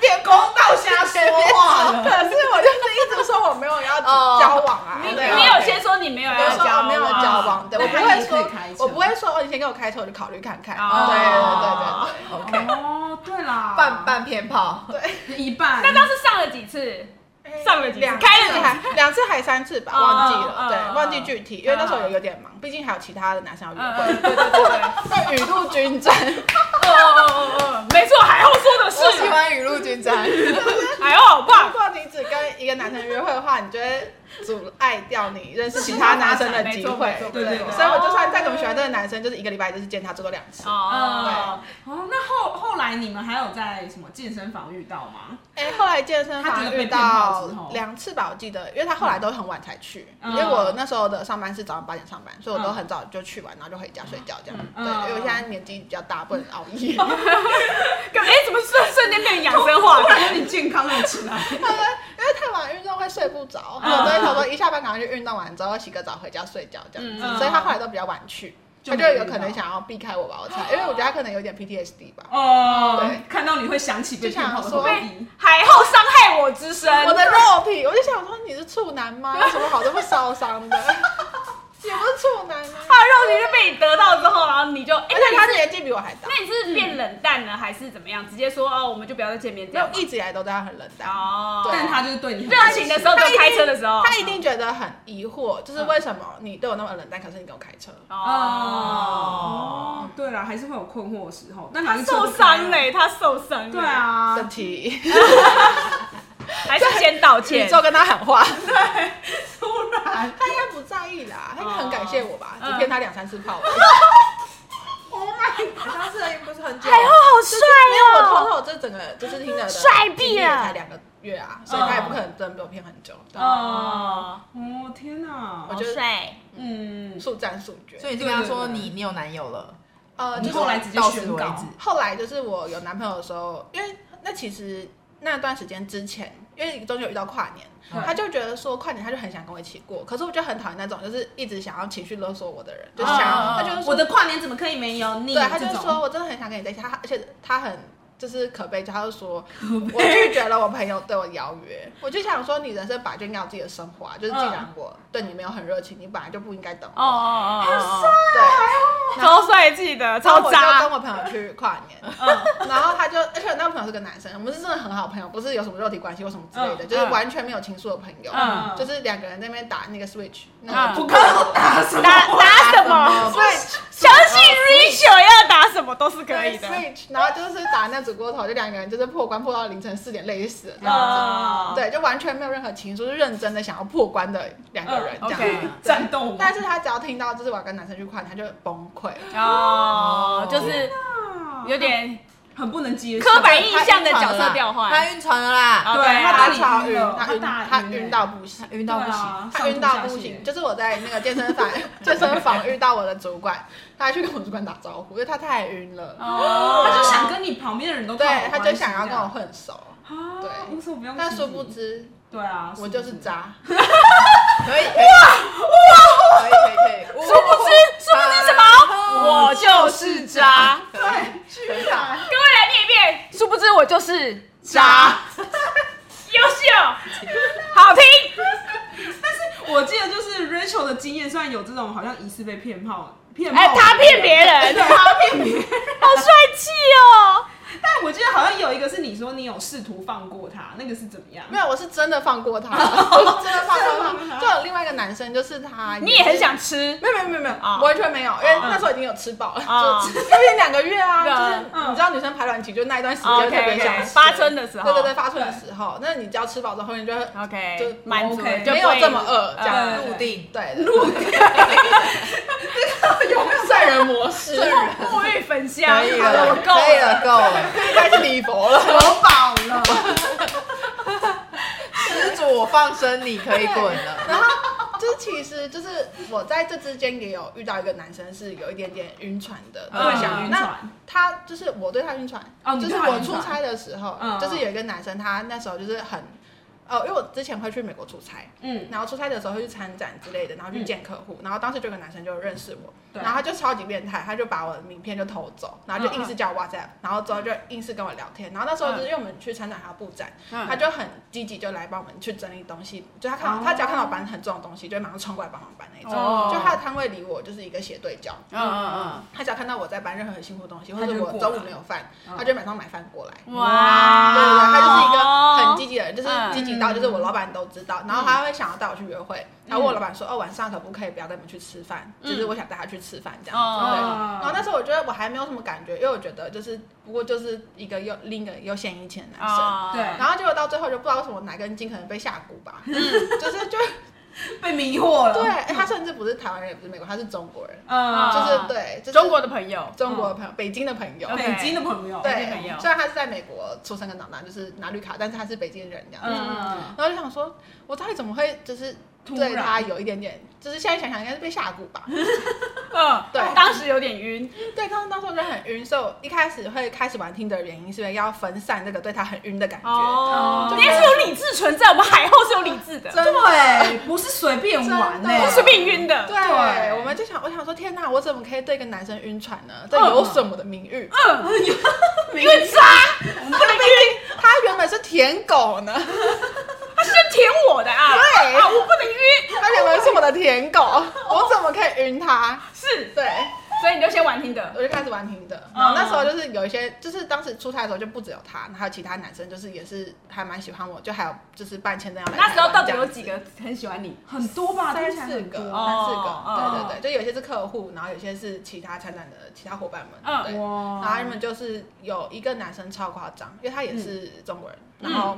Speaker 2: 骗公道
Speaker 3: 瞎说话了
Speaker 2: 可是我就是一直说我没有要
Speaker 5: 哦
Speaker 2: 交往啊，
Speaker 4: 你
Speaker 2: 对啊
Speaker 4: 你有先说你没有
Speaker 2: 没有
Speaker 4: 要交
Speaker 2: 说哦
Speaker 4: 往，
Speaker 2: 没有交往，对我不
Speaker 3: 那他也
Speaker 2: 会
Speaker 3: 可以开
Speaker 2: 说，
Speaker 3: 车
Speaker 2: 我不会说哦，你先给我开车，我就考虑看看。
Speaker 4: 哦
Speaker 2: 对对对对对。
Speaker 3: 哦，对啦，
Speaker 5: 半半骗炮，
Speaker 3: 一半，
Speaker 4: 那当时上了几次？上了几次？
Speaker 2: 两次
Speaker 4: 开了几次？
Speaker 2: 还两次还三次吧，
Speaker 4: 哦
Speaker 2: 忘记
Speaker 4: 哦
Speaker 2: 了，
Speaker 4: 哦
Speaker 2: 对，忘记具体，因为那时候有有点忙，毕竟还有其他的男生要约
Speaker 4: 嗯
Speaker 2: 会，
Speaker 4: 嗯，对对对对，哦
Speaker 2: 对，雨露均沾，
Speaker 4: 哦哦哦，没错，海后说的
Speaker 5: 我喜
Speaker 4: 是，
Speaker 5: 欢雨露均沾。
Speaker 4: 海后好
Speaker 2: 如
Speaker 4: 棒，
Speaker 2: 果你只跟一个男生约会的话，你就会阻碍掉你认识其他男生的
Speaker 4: 没
Speaker 2: 机会
Speaker 4: 错没错，
Speaker 3: 对对对
Speaker 2: 所以我就算再怎么喜欢这个男生，就是一个礼拜就是见他最多两次。
Speaker 4: 哦，
Speaker 3: 哦，那后后来你们还有在什么健身房遇到吗？
Speaker 2: 哎、后来健身
Speaker 3: 他觉
Speaker 2: 房
Speaker 3: 得被
Speaker 2: 遇
Speaker 3: 骗炮
Speaker 2: 到
Speaker 3: 之后
Speaker 2: 两次吧，我记得，因为他后来都很晚才去，
Speaker 3: 嗯
Speaker 2: 因为我那时候的上班是早上八点上班，所
Speaker 4: 嗯
Speaker 2: 以我都很早就去完，然后就回家睡觉这样。
Speaker 3: 嗯嗯
Speaker 2: 对，因为我现在年纪比较大，不能熬 夜。
Speaker 4: 哎，诶怎么瞬瞬间变养生化
Speaker 3: 突？然有点健康了起来，
Speaker 2: 因为太晚运动会睡不着，我都会想说一下班赶快去运动完之后洗个澡回家睡觉这样子，
Speaker 3: 嗯
Speaker 2: 所以他后来都比较晚去，
Speaker 3: 就
Speaker 2: 他
Speaker 3: 没
Speaker 2: 就有可
Speaker 3: 遇
Speaker 2: 能
Speaker 3: 到
Speaker 2: 想要避开我吧，我猜，因为我觉得他可能有点 PTSD 吧。
Speaker 3: 哦
Speaker 2: 对，
Speaker 3: 看到你会想起被
Speaker 2: 就想
Speaker 3: 骗炮的
Speaker 2: 说
Speaker 3: 回忆。
Speaker 4: 海后伤害我之身，
Speaker 2: 我的肉体，我就想说你是处男吗？有什么好这么烧伤的？也不是处男吗？啊
Speaker 4: 他的肉体是被你得到之后，然后后你就哎，
Speaker 2: 而且
Speaker 4: 那
Speaker 2: 他
Speaker 4: 你是
Speaker 2: 年纪比我还大，
Speaker 4: 那你是变冷淡了还是怎么样？直接说哦，我们就不要再见面这
Speaker 2: 没
Speaker 4: 样
Speaker 2: 有
Speaker 4: 吗。
Speaker 2: 一直以来都对他很冷淡。
Speaker 4: 哦，
Speaker 2: 对
Speaker 3: 但他就是对你很
Speaker 4: 热情的时候，就开车的时候，
Speaker 2: 他一定觉得很疑惑，就是为什么你对我那么冷淡，可是你给我开车？
Speaker 4: 哦，
Speaker 3: 哦，对了，还是会有困惑的时候，但哪
Speaker 4: 他
Speaker 3: 个
Speaker 4: 受伤欸嘞，他受伤嘞，
Speaker 3: 对，啊，
Speaker 2: 身体，
Speaker 4: 还是先道歉
Speaker 2: 宇。宙跟他喊话，
Speaker 3: 突然
Speaker 2: 他应该不在意啦，他应该很感谢我吧，
Speaker 4: 嗯
Speaker 2: 只骗他两三次炮而已。
Speaker 5: 上次不是很久，
Speaker 1: 海后好
Speaker 2: 因为我
Speaker 1: 帅
Speaker 2: 偷
Speaker 1: 哦！
Speaker 2: 偷这整个就是听的
Speaker 1: 帅毙了
Speaker 2: 才两个月啊，所以他也不可能真的被我骗很久。啊
Speaker 4: 哦，
Speaker 3: 哦天哪
Speaker 2: 我，
Speaker 1: 好
Speaker 2: 觉得
Speaker 1: 帅，
Speaker 3: 嗯，
Speaker 2: 速战速决，
Speaker 5: 所以你就跟他说
Speaker 3: 对对对
Speaker 5: 你你有男友了，
Speaker 2: 呃，
Speaker 3: 你
Speaker 2: 就是
Speaker 3: 后来直接
Speaker 5: 到
Speaker 3: 宣
Speaker 5: 此为
Speaker 3: 告
Speaker 5: 止。
Speaker 2: 后来就是我有男朋友的时候，因为那其实那段时间之前，因为中间有遇到跨年，
Speaker 5: 嗯
Speaker 2: 他就觉得说跨年他就很想跟我一起过，可是我就很讨厌那种就是一直想要情绪勒索我的人，
Speaker 4: 嗯
Speaker 2: 就是想
Speaker 5: 哦哦哦
Speaker 2: 要他就是
Speaker 3: 我
Speaker 2: 说，
Speaker 3: 的跨年怎么可以没有你？
Speaker 2: 对，他就
Speaker 3: 这种
Speaker 2: 说我真的很想跟你在一起，他而且他很。就是可悲，他就说，我拒绝了我朋友对我邀约，我就想说，你人生本来就应该有自己的生活啊，就是既然我对你没有很热情，你本来就不应该等
Speaker 4: 嗯哦哦
Speaker 2: 我。
Speaker 4: 哦，好帅，
Speaker 2: 对，然后
Speaker 4: 超帅气的，
Speaker 2: 然后
Speaker 4: 超
Speaker 2: 我就跟
Speaker 4: 渣，
Speaker 2: 我朋友去跨年，
Speaker 4: 嗯，
Speaker 2: 然后他就，而且我那个朋友是个男生，我们是真的很好朋友，不是有什么肉体关系或什么之类的，
Speaker 4: 嗯
Speaker 2: 就是完全没有情愫的朋友，
Speaker 4: 嗯
Speaker 2: 就是两个人在那边打那个 Switch，那
Speaker 4: 嗯
Speaker 2: 个
Speaker 3: 我刚刚打什么？
Speaker 4: 打打什么？
Speaker 2: Switch
Speaker 4: 相信 Rachel 要打什么都是可以的。
Speaker 2: Switch，然后就是打那煮锅头，就两个人就是破关破到凌晨四点累死了这样子，
Speaker 4: 啊，
Speaker 2: 对，就完全没有任何情愫，是认真的想要破关的两个人
Speaker 4: 嗯
Speaker 2: 这样
Speaker 4: ，OK
Speaker 2: 子。
Speaker 3: 战斗吗？
Speaker 2: 但是他只要听到就是我要跟男生去跨年，他就崩溃。
Speaker 4: 哦，就是
Speaker 3: 啊
Speaker 4: 有点
Speaker 3: 很不能接受。
Speaker 4: 刻板印象的角色调
Speaker 5: 他
Speaker 4: 换。
Speaker 5: 晕船了啦，
Speaker 4: 啊
Speaker 3: 对
Speaker 4: 对
Speaker 3: 他
Speaker 2: 他
Speaker 3: 大
Speaker 2: 超
Speaker 3: 晕
Speaker 2: 晕
Speaker 3: 了，，
Speaker 2: 他晕，
Speaker 3: 大
Speaker 2: 他
Speaker 3: 晕
Speaker 2: 晕到不行。
Speaker 5: 晕到不行，
Speaker 2: 他晕到不行，就是我在那个健身房，健身房遇到我的主管，他还去跟我主管打招呼，因为他太晕了，
Speaker 4: 哦
Speaker 3: 他就想跟你旁边的人都
Speaker 2: 对，他就想要跟我混熟，
Speaker 3: 我
Speaker 2: 对
Speaker 3: 啊无所不用其极。
Speaker 2: 但殊不知
Speaker 3: 对啊，
Speaker 2: 我就是
Speaker 3: 渣。
Speaker 2: 渣，
Speaker 5: 可以，哇哇，可以可以可以，殊不知
Speaker 4: 殊不知什么？哦我就是渣。
Speaker 5: 对，很傻，
Speaker 4: 各位来念一遍，殊不知我就是
Speaker 3: 渣。
Speaker 4: 优秀，好听。
Speaker 3: 我记得就是 Rachel 的经验，虽然有这种好像疑似被骗炮骗炮，
Speaker 4: 哎，他骗别 人，
Speaker 3: 对，他骗别 人。
Speaker 4: 好帅气哦。
Speaker 3: 但我记得好像有一个是你说你有试图放过他，那个是怎么样？
Speaker 2: 没有，我是真的 放过他，我是真的放过他。就有另外一个男生，就是他，
Speaker 4: 你也很想吃
Speaker 2: 没有没有没有没有
Speaker 4: 啊，
Speaker 2: 完全没有，因为那时候已经有吃饱了，
Speaker 4: 啊
Speaker 2: 就 吃因为两个月啊，
Speaker 4: 对
Speaker 2: 就是你知道女生排卵期就那一段时间特别想
Speaker 4: ，OK，
Speaker 2: 吃
Speaker 4: 发春的时候，
Speaker 2: 对对对，发春的时候，那你只要吃饱之后，后面就会
Speaker 4: ，OK，
Speaker 2: 就
Speaker 4: 满足了
Speaker 3: OK，
Speaker 4: 就不会
Speaker 2: 没有这么饿这样
Speaker 3: 对
Speaker 5: 入定，
Speaker 2: 对， 路有没有圣人模 式？
Speaker 5: 这人
Speaker 4: 沐浴粉香。
Speaker 5: 可以
Speaker 4: 好了，
Speaker 5: 了，
Speaker 4: 我够
Speaker 5: 可以
Speaker 4: 了。
Speaker 5: 了，够 了，
Speaker 2: 这应该是礼佛了。
Speaker 3: 我饱了，
Speaker 5: 施主我放生你，可以滚了，
Speaker 2: 然后 就是其实就是我在这之间也有遇到一个男生是有一点点晕船的，
Speaker 4: 嗯
Speaker 3: 我也
Speaker 2: 对
Speaker 3: 想晕
Speaker 2: 那
Speaker 3: 船。
Speaker 2: 他就是我对他晕船，
Speaker 3: 哦你
Speaker 2: 就
Speaker 3: 对
Speaker 2: 是
Speaker 3: 他
Speaker 2: 我
Speaker 3: 晕
Speaker 2: 出
Speaker 3: 船
Speaker 2: 差的时候，
Speaker 3: 嗯
Speaker 2: 就是有一个男生，他那时候就是很。呃，因为我之前会去美国出差，
Speaker 3: 嗯，
Speaker 2: 然后出差的时候会去参展之类的，然后去见客户，然后当时就有个男生就认识我，
Speaker 3: 对嗯
Speaker 2: 然后他就超级变态，他就把我的名片就偷走，然后就硬是叫我 WhatsApp，然后之后就硬是跟我聊天，然后那时候
Speaker 3: 嗯
Speaker 2: 就是因为我们去参展还要布展，
Speaker 4: 嗯
Speaker 2: 他就很积极就来帮我们去整理东西，就他看到、
Speaker 3: 哦
Speaker 2: 他只要看到我搬很重的东西，就会马上冲过来帮忙搬那种，
Speaker 4: 哦
Speaker 2: 就他的摊位离我就是一个斜对角，
Speaker 4: 嗯
Speaker 2: 他只要看到我在搬任何很辛苦的东西，或
Speaker 3: 他就
Speaker 2: 者我
Speaker 3: 过
Speaker 2: 中午
Speaker 3: 来
Speaker 2: 没有饭，
Speaker 3: 嗯
Speaker 2: 他就马上买饭过来。
Speaker 4: 嗯，哇，
Speaker 2: 对对对，他就是一个很积极的人，就是积极到
Speaker 3: 嗯
Speaker 2: 就是我老板都知道，
Speaker 4: 嗯
Speaker 2: 然后他会想要带我去约会，然后我老板说哦晚上可不可以不要跟你们去吃饭，
Speaker 4: 嗯
Speaker 2: 就是我想带他去吃饭这样子。对
Speaker 4: 哦
Speaker 2: 然后那时候我觉得我还没有什么感觉，因为我觉得就是不过就是一个又另一个又献殷勤的男生，
Speaker 4: 哦
Speaker 3: 对
Speaker 2: 然后结果到最后就不知道为什么哪根筋可能被下蛊吧，
Speaker 4: 嗯
Speaker 2: 就是就
Speaker 3: 被迷惑了。
Speaker 2: 对，哎他甚至不是台湾人也不是美国，他是中国人，
Speaker 4: 啊
Speaker 3: 嗯，
Speaker 2: 就
Speaker 3: 就是
Speaker 2: 对，就是
Speaker 4: 哦中国的朋友，
Speaker 2: 中国的朋友，北京的朋友，
Speaker 4: OK
Speaker 3: 北京的朋友，
Speaker 4: 北京朋
Speaker 2: 对
Speaker 4: 友，
Speaker 2: 虽然他是在美国出生跟长大，就是拿绿卡，但是他是北京人这样子。
Speaker 3: 嗯，
Speaker 2: 然后就想说，我到底怎么会就是
Speaker 3: 突然
Speaker 2: 对他有一点点，就是现在想想应该是被吓唬吧。
Speaker 4: 嗯，
Speaker 2: 对
Speaker 4: 当时有点晕，
Speaker 2: 对，当当时我就很晕，所以我一开始会开始玩听的原因是因为要分散这个对他很晕的感觉。
Speaker 4: 哦
Speaker 3: 就
Speaker 4: 你也是有理智存在，我们海后是有理智的，
Speaker 2: 真的
Speaker 3: 对，不是随便
Speaker 2: 真
Speaker 3: 玩
Speaker 2: 的
Speaker 3: 呢，
Speaker 4: 不随便晕的，
Speaker 2: 对，
Speaker 3: 对
Speaker 2: 我们就想，我想说，天哪，我怎么可以对一个男生晕船呢？
Speaker 3: 嗯
Speaker 2: 这有损我的名誉。
Speaker 3: 欸
Speaker 4: 因为渣，我不能晕，
Speaker 2: 他原本是舔狗呢，
Speaker 4: 他先舔我的啊，
Speaker 2: 对
Speaker 4: 啊，我不能晕，
Speaker 3: 哦
Speaker 2: 他原本是我的舔狗，我怎么可以晕他？
Speaker 4: 是，
Speaker 2: 对，
Speaker 4: 所以你就先玩听的，
Speaker 2: 我就开始玩听的，
Speaker 4: 嗯
Speaker 2: 然后那时候就是有一些，就是当时出差的时候就不只有他，还有其他男生，就是也是还蛮喜欢我，就还有就是办签证要来台
Speaker 4: 那
Speaker 2: 湾
Speaker 4: 时候到底
Speaker 2: 这样
Speaker 4: 有
Speaker 2: 子
Speaker 4: 几？个很喜欢你？
Speaker 3: 很多吧，
Speaker 2: 三
Speaker 3: 听起来
Speaker 2: 四
Speaker 3: 很
Speaker 2: 个，
Speaker 3: 多
Speaker 4: 哦
Speaker 2: 三四
Speaker 4: 哦
Speaker 2: 个，对对对，就有些是客户，然后有些是其他参展的其他伙伴们，
Speaker 4: 嗯
Speaker 2: 对，然后
Speaker 3: 哇，
Speaker 2: 他们就是有一个男生超夸张，因为他也是中国人，
Speaker 4: 嗯
Speaker 2: 然后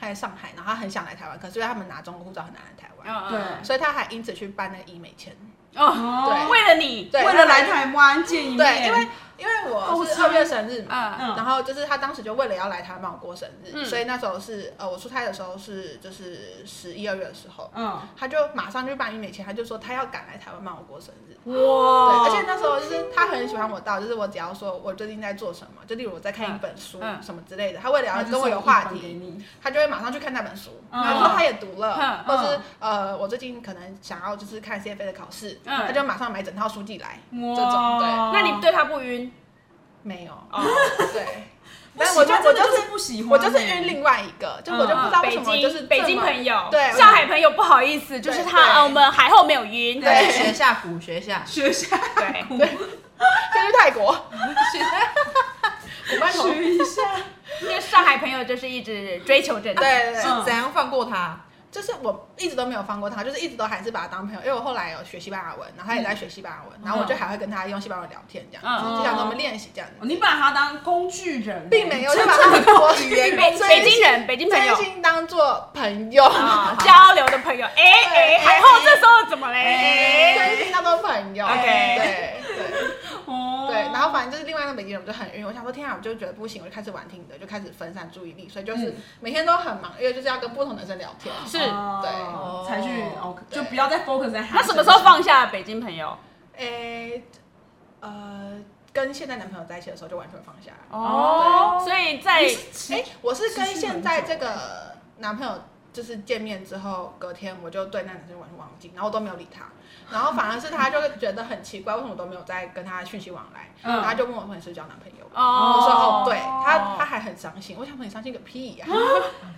Speaker 2: 他在上海，然后他很想来台湾，可是因为他们拿中国护照很难来台湾，
Speaker 4: 嗯，
Speaker 3: 对
Speaker 4: 嗯
Speaker 2: 所以他还因此去办那个医美签，
Speaker 4: 哦，
Speaker 3: 哦
Speaker 4: 为了你，
Speaker 2: 对，
Speaker 3: 为了来台湾见一面，
Speaker 2: 对，因为因为我是二月生日嘛，
Speaker 4: 嗯，
Speaker 3: 嗯
Speaker 2: 然后就是他当时就为了要来台湾帮我过生日，
Speaker 4: 嗯
Speaker 2: 所以那时候是呃我出差的时候是就是十一二月的时候，
Speaker 3: 嗯，
Speaker 2: 他就马上就办医美前，他就说他要赶来台湾帮我过生日。
Speaker 4: 哇，
Speaker 2: 对，而且那时候就是他很喜欢我到，就是我只要说我最近在做什么，就例如我在看一本书
Speaker 4: 嗯
Speaker 2: 什么之类的，他为了
Speaker 3: 然
Speaker 2: 要
Speaker 3: 后
Speaker 2: 跟我有话
Speaker 3: 给
Speaker 2: 题，
Speaker 3: 你，
Speaker 2: 他就会马上去看那本书，
Speaker 3: 嗯
Speaker 2: 然后说他也读
Speaker 4: 嗯
Speaker 2: 了，或是
Speaker 3: 嗯
Speaker 2: 呃我最近可能想要就是看 CFA 的考试，
Speaker 4: 嗯
Speaker 2: 他就马上买整套书寄来，
Speaker 3: 哇
Speaker 2: 这种对
Speaker 4: 那你对他不晕？
Speaker 2: 没有，
Speaker 4: 哦，
Speaker 2: 对，
Speaker 3: 不
Speaker 2: 但
Speaker 3: 喜
Speaker 2: 我
Speaker 3: 欢
Speaker 2: 就我
Speaker 3: 真的
Speaker 2: 就
Speaker 3: 就是是不喜欢，欸
Speaker 2: 我就是晕。另外一个，就我就不知道
Speaker 4: 呃嗯
Speaker 2: 为
Speaker 4: 北
Speaker 2: 什么，就是
Speaker 4: 京北京
Speaker 2: 友，
Speaker 4: 朋友，
Speaker 2: 对
Speaker 4: 上海朋友不好意思，就是他
Speaker 2: 对
Speaker 4: 呃我们海后没有晕，
Speaker 2: 对
Speaker 5: 学一下鼓，学一下。
Speaker 3: 学 下
Speaker 4: 对，
Speaker 2: 先去泰 国，古曼童，
Speaker 3: 学一下，
Speaker 4: 因为上海朋友就是一直追求着你，
Speaker 2: 对对对，
Speaker 3: 嗯
Speaker 5: 怎样放过他？
Speaker 2: 就是我一直都没有放过他，就是一直都还是把他当朋友，因为我后来有学西班牙文，然后他也在学西班牙文，然后我就还会跟他用西班牙文聊天这样，
Speaker 4: 嗯哦
Speaker 2: 就想跟我们练习这样子，
Speaker 3: 哦你把他当工具人，欸
Speaker 2: 并没有就把他国语言
Speaker 4: 北北京人，北京朋友
Speaker 2: 真心当做朋友，
Speaker 4: 啊，交流的朋友，哎哎，
Speaker 2: 对哎
Speaker 4: 海后这时候怎么嘞？
Speaker 2: 真心当做朋友
Speaker 4: OK
Speaker 2: 对对。
Speaker 3: 哦，
Speaker 2: 对，然后反正就是另外那个北京人，我就很晕。我想说，天啊，我就觉得不行，我就开始玩听的，就开始分散注意力，所以就是
Speaker 3: 嗯
Speaker 2: 每天都很忙，因为就是要跟不同的人聊天。
Speaker 4: 是，
Speaker 3: 哦才去哦，
Speaker 2: 对
Speaker 3: 就不要再 focus 在他。
Speaker 4: 那什么时候？放下北京朋友？
Speaker 2: 诶，呃，跟现在男朋友在一起的时候就完全放下来。
Speaker 4: 哦，所以在
Speaker 3: 你是持
Speaker 2: 哎、我是跟
Speaker 3: 持续
Speaker 2: 现
Speaker 3: 很
Speaker 2: 在
Speaker 3: 久
Speaker 2: 这个男朋友就是见面之后，隔天我就对那男生完全忘记，然后我都没有理他，然后反而是他就会觉得很奇怪，为什么我都没有在跟他讯息往来，
Speaker 3: 嗯
Speaker 2: 然后他就问我说你是不是交男朋友了。
Speaker 4: 哦啊
Speaker 2: 我说哦，对他，他还很伤心。我想说你伤心个屁 呀、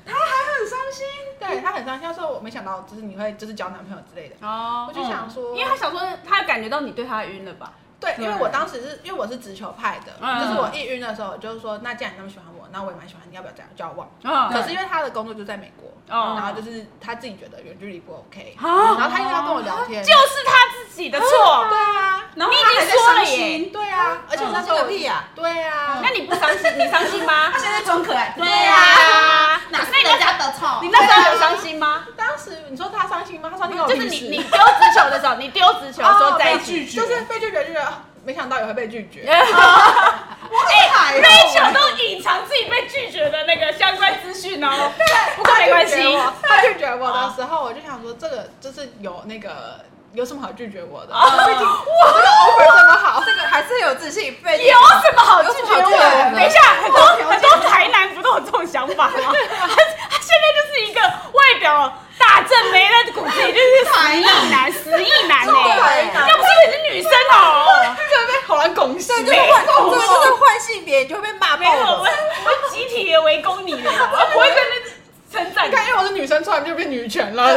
Speaker 3: 很伤心，
Speaker 2: 对他很伤心，他说我没想到就是你会就是交男朋友之类的。
Speaker 4: 哦，
Speaker 2: 我就想说，
Speaker 4: 因为他想说，他感觉到你对他晕了吧？
Speaker 2: 对，因为
Speaker 3: 对
Speaker 2: 我当时是因为我是直球派的，
Speaker 4: 嗯
Speaker 2: 就是我一晕的时候，我就是说那既然你那么喜欢我，那我也蛮喜欢你，要不要这样交往？
Speaker 4: 嗯
Speaker 2: 哦可是因为他的工作就在美国，
Speaker 4: 哦
Speaker 2: 然后就是他自己觉得远距离不 OK，、
Speaker 4: 啊
Speaker 2: 然后他又要跟我聊天，
Speaker 4: 就是他自己的
Speaker 2: 对
Speaker 4: 错。
Speaker 2: 啊，
Speaker 3: 然后
Speaker 4: 你已
Speaker 3: 他还
Speaker 4: 经
Speaker 3: 在
Speaker 4: 说了
Speaker 3: 伤
Speaker 4: 耶
Speaker 3: 心，
Speaker 2: 对啊，而且那
Speaker 5: 那
Speaker 2: 时
Speaker 5: 是
Speaker 2: 候
Speaker 5: 个
Speaker 2: 我
Speaker 5: 屁呀！
Speaker 2: 对啊，
Speaker 4: 那你不伤心，你伤心吗
Speaker 3: 他？现在装可爱，
Speaker 4: 对
Speaker 3: 啊
Speaker 4: 呀，那
Speaker 5: 哪是
Speaker 4: 你
Speaker 5: 人
Speaker 4: 那
Speaker 5: 家的错？
Speaker 4: 你那时候有伤心吗？
Speaker 2: 当时你说他伤心吗？他伤心跟我
Speaker 4: 就
Speaker 2: 屁
Speaker 4: 是你
Speaker 2: 事
Speaker 4: 你丢直球的时候，你丢直球的时候在一起。
Speaker 3: 拒绝，
Speaker 2: 就是被拒绝就觉得哦没想到也会被拒绝，
Speaker 4: 哎，Rachel 都隐藏自己被拒绝的那个相关资讯哦。不过没关系
Speaker 2: 拒，绝我他 拒绝我的时候，我就想说这个就是有那个有什么好拒绝我的？毕竟我这个 offer 这么好，
Speaker 5: 哦这个还是有自信，被
Speaker 4: 有什么好拒绝
Speaker 5: 有什么好拒
Speaker 4: 我
Speaker 5: 绝我？的
Speaker 4: 等一下，很多很多台南不都有这种想法吗？他他现在就是一个外表大正没那骨子里就是十亿男，十亿男呢、
Speaker 5: 台南
Speaker 4: 要不是你是女生哦、
Speaker 2: 这被荷兰拱笑
Speaker 5: 这就是换，这个就是换性别，你就会被骂
Speaker 4: 没有，
Speaker 5: 爆
Speaker 4: 我我
Speaker 5: 的。
Speaker 4: 集体围攻你了，我不会在那称赞
Speaker 2: 你
Speaker 4: 你。
Speaker 2: 看，因为我是女生，突然就变女权了。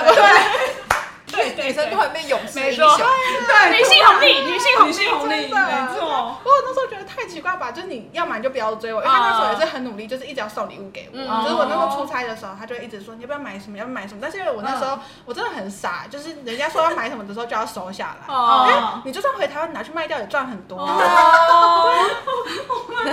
Speaker 2: 对，
Speaker 4: 对对
Speaker 5: 女生突
Speaker 4: 对，
Speaker 5: 然变勇士
Speaker 4: 没
Speaker 5: 英
Speaker 4: 错
Speaker 5: 雄，，
Speaker 3: 对
Speaker 4: 女性红利，女性红
Speaker 3: 女性
Speaker 4: 利。
Speaker 3: 红利，
Speaker 2: 真的
Speaker 3: 没错，
Speaker 2: 我那时候觉得太奇怪吧，就是你要么你就不要追我，因为他那时候也是很努力，就是一直要送礼物给我。
Speaker 4: 啊嗯
Speaker 2: 就是我那时候出差的时候，他就一直说你要不要买什么，要不要买什么。但是因为我那时候我真的很傻，就是人家说要买什么的时候就要收下来，因为
Speaker 4: 哦，
Speaker 2: 你就算回台湾拿去卖掉也赚很多。哦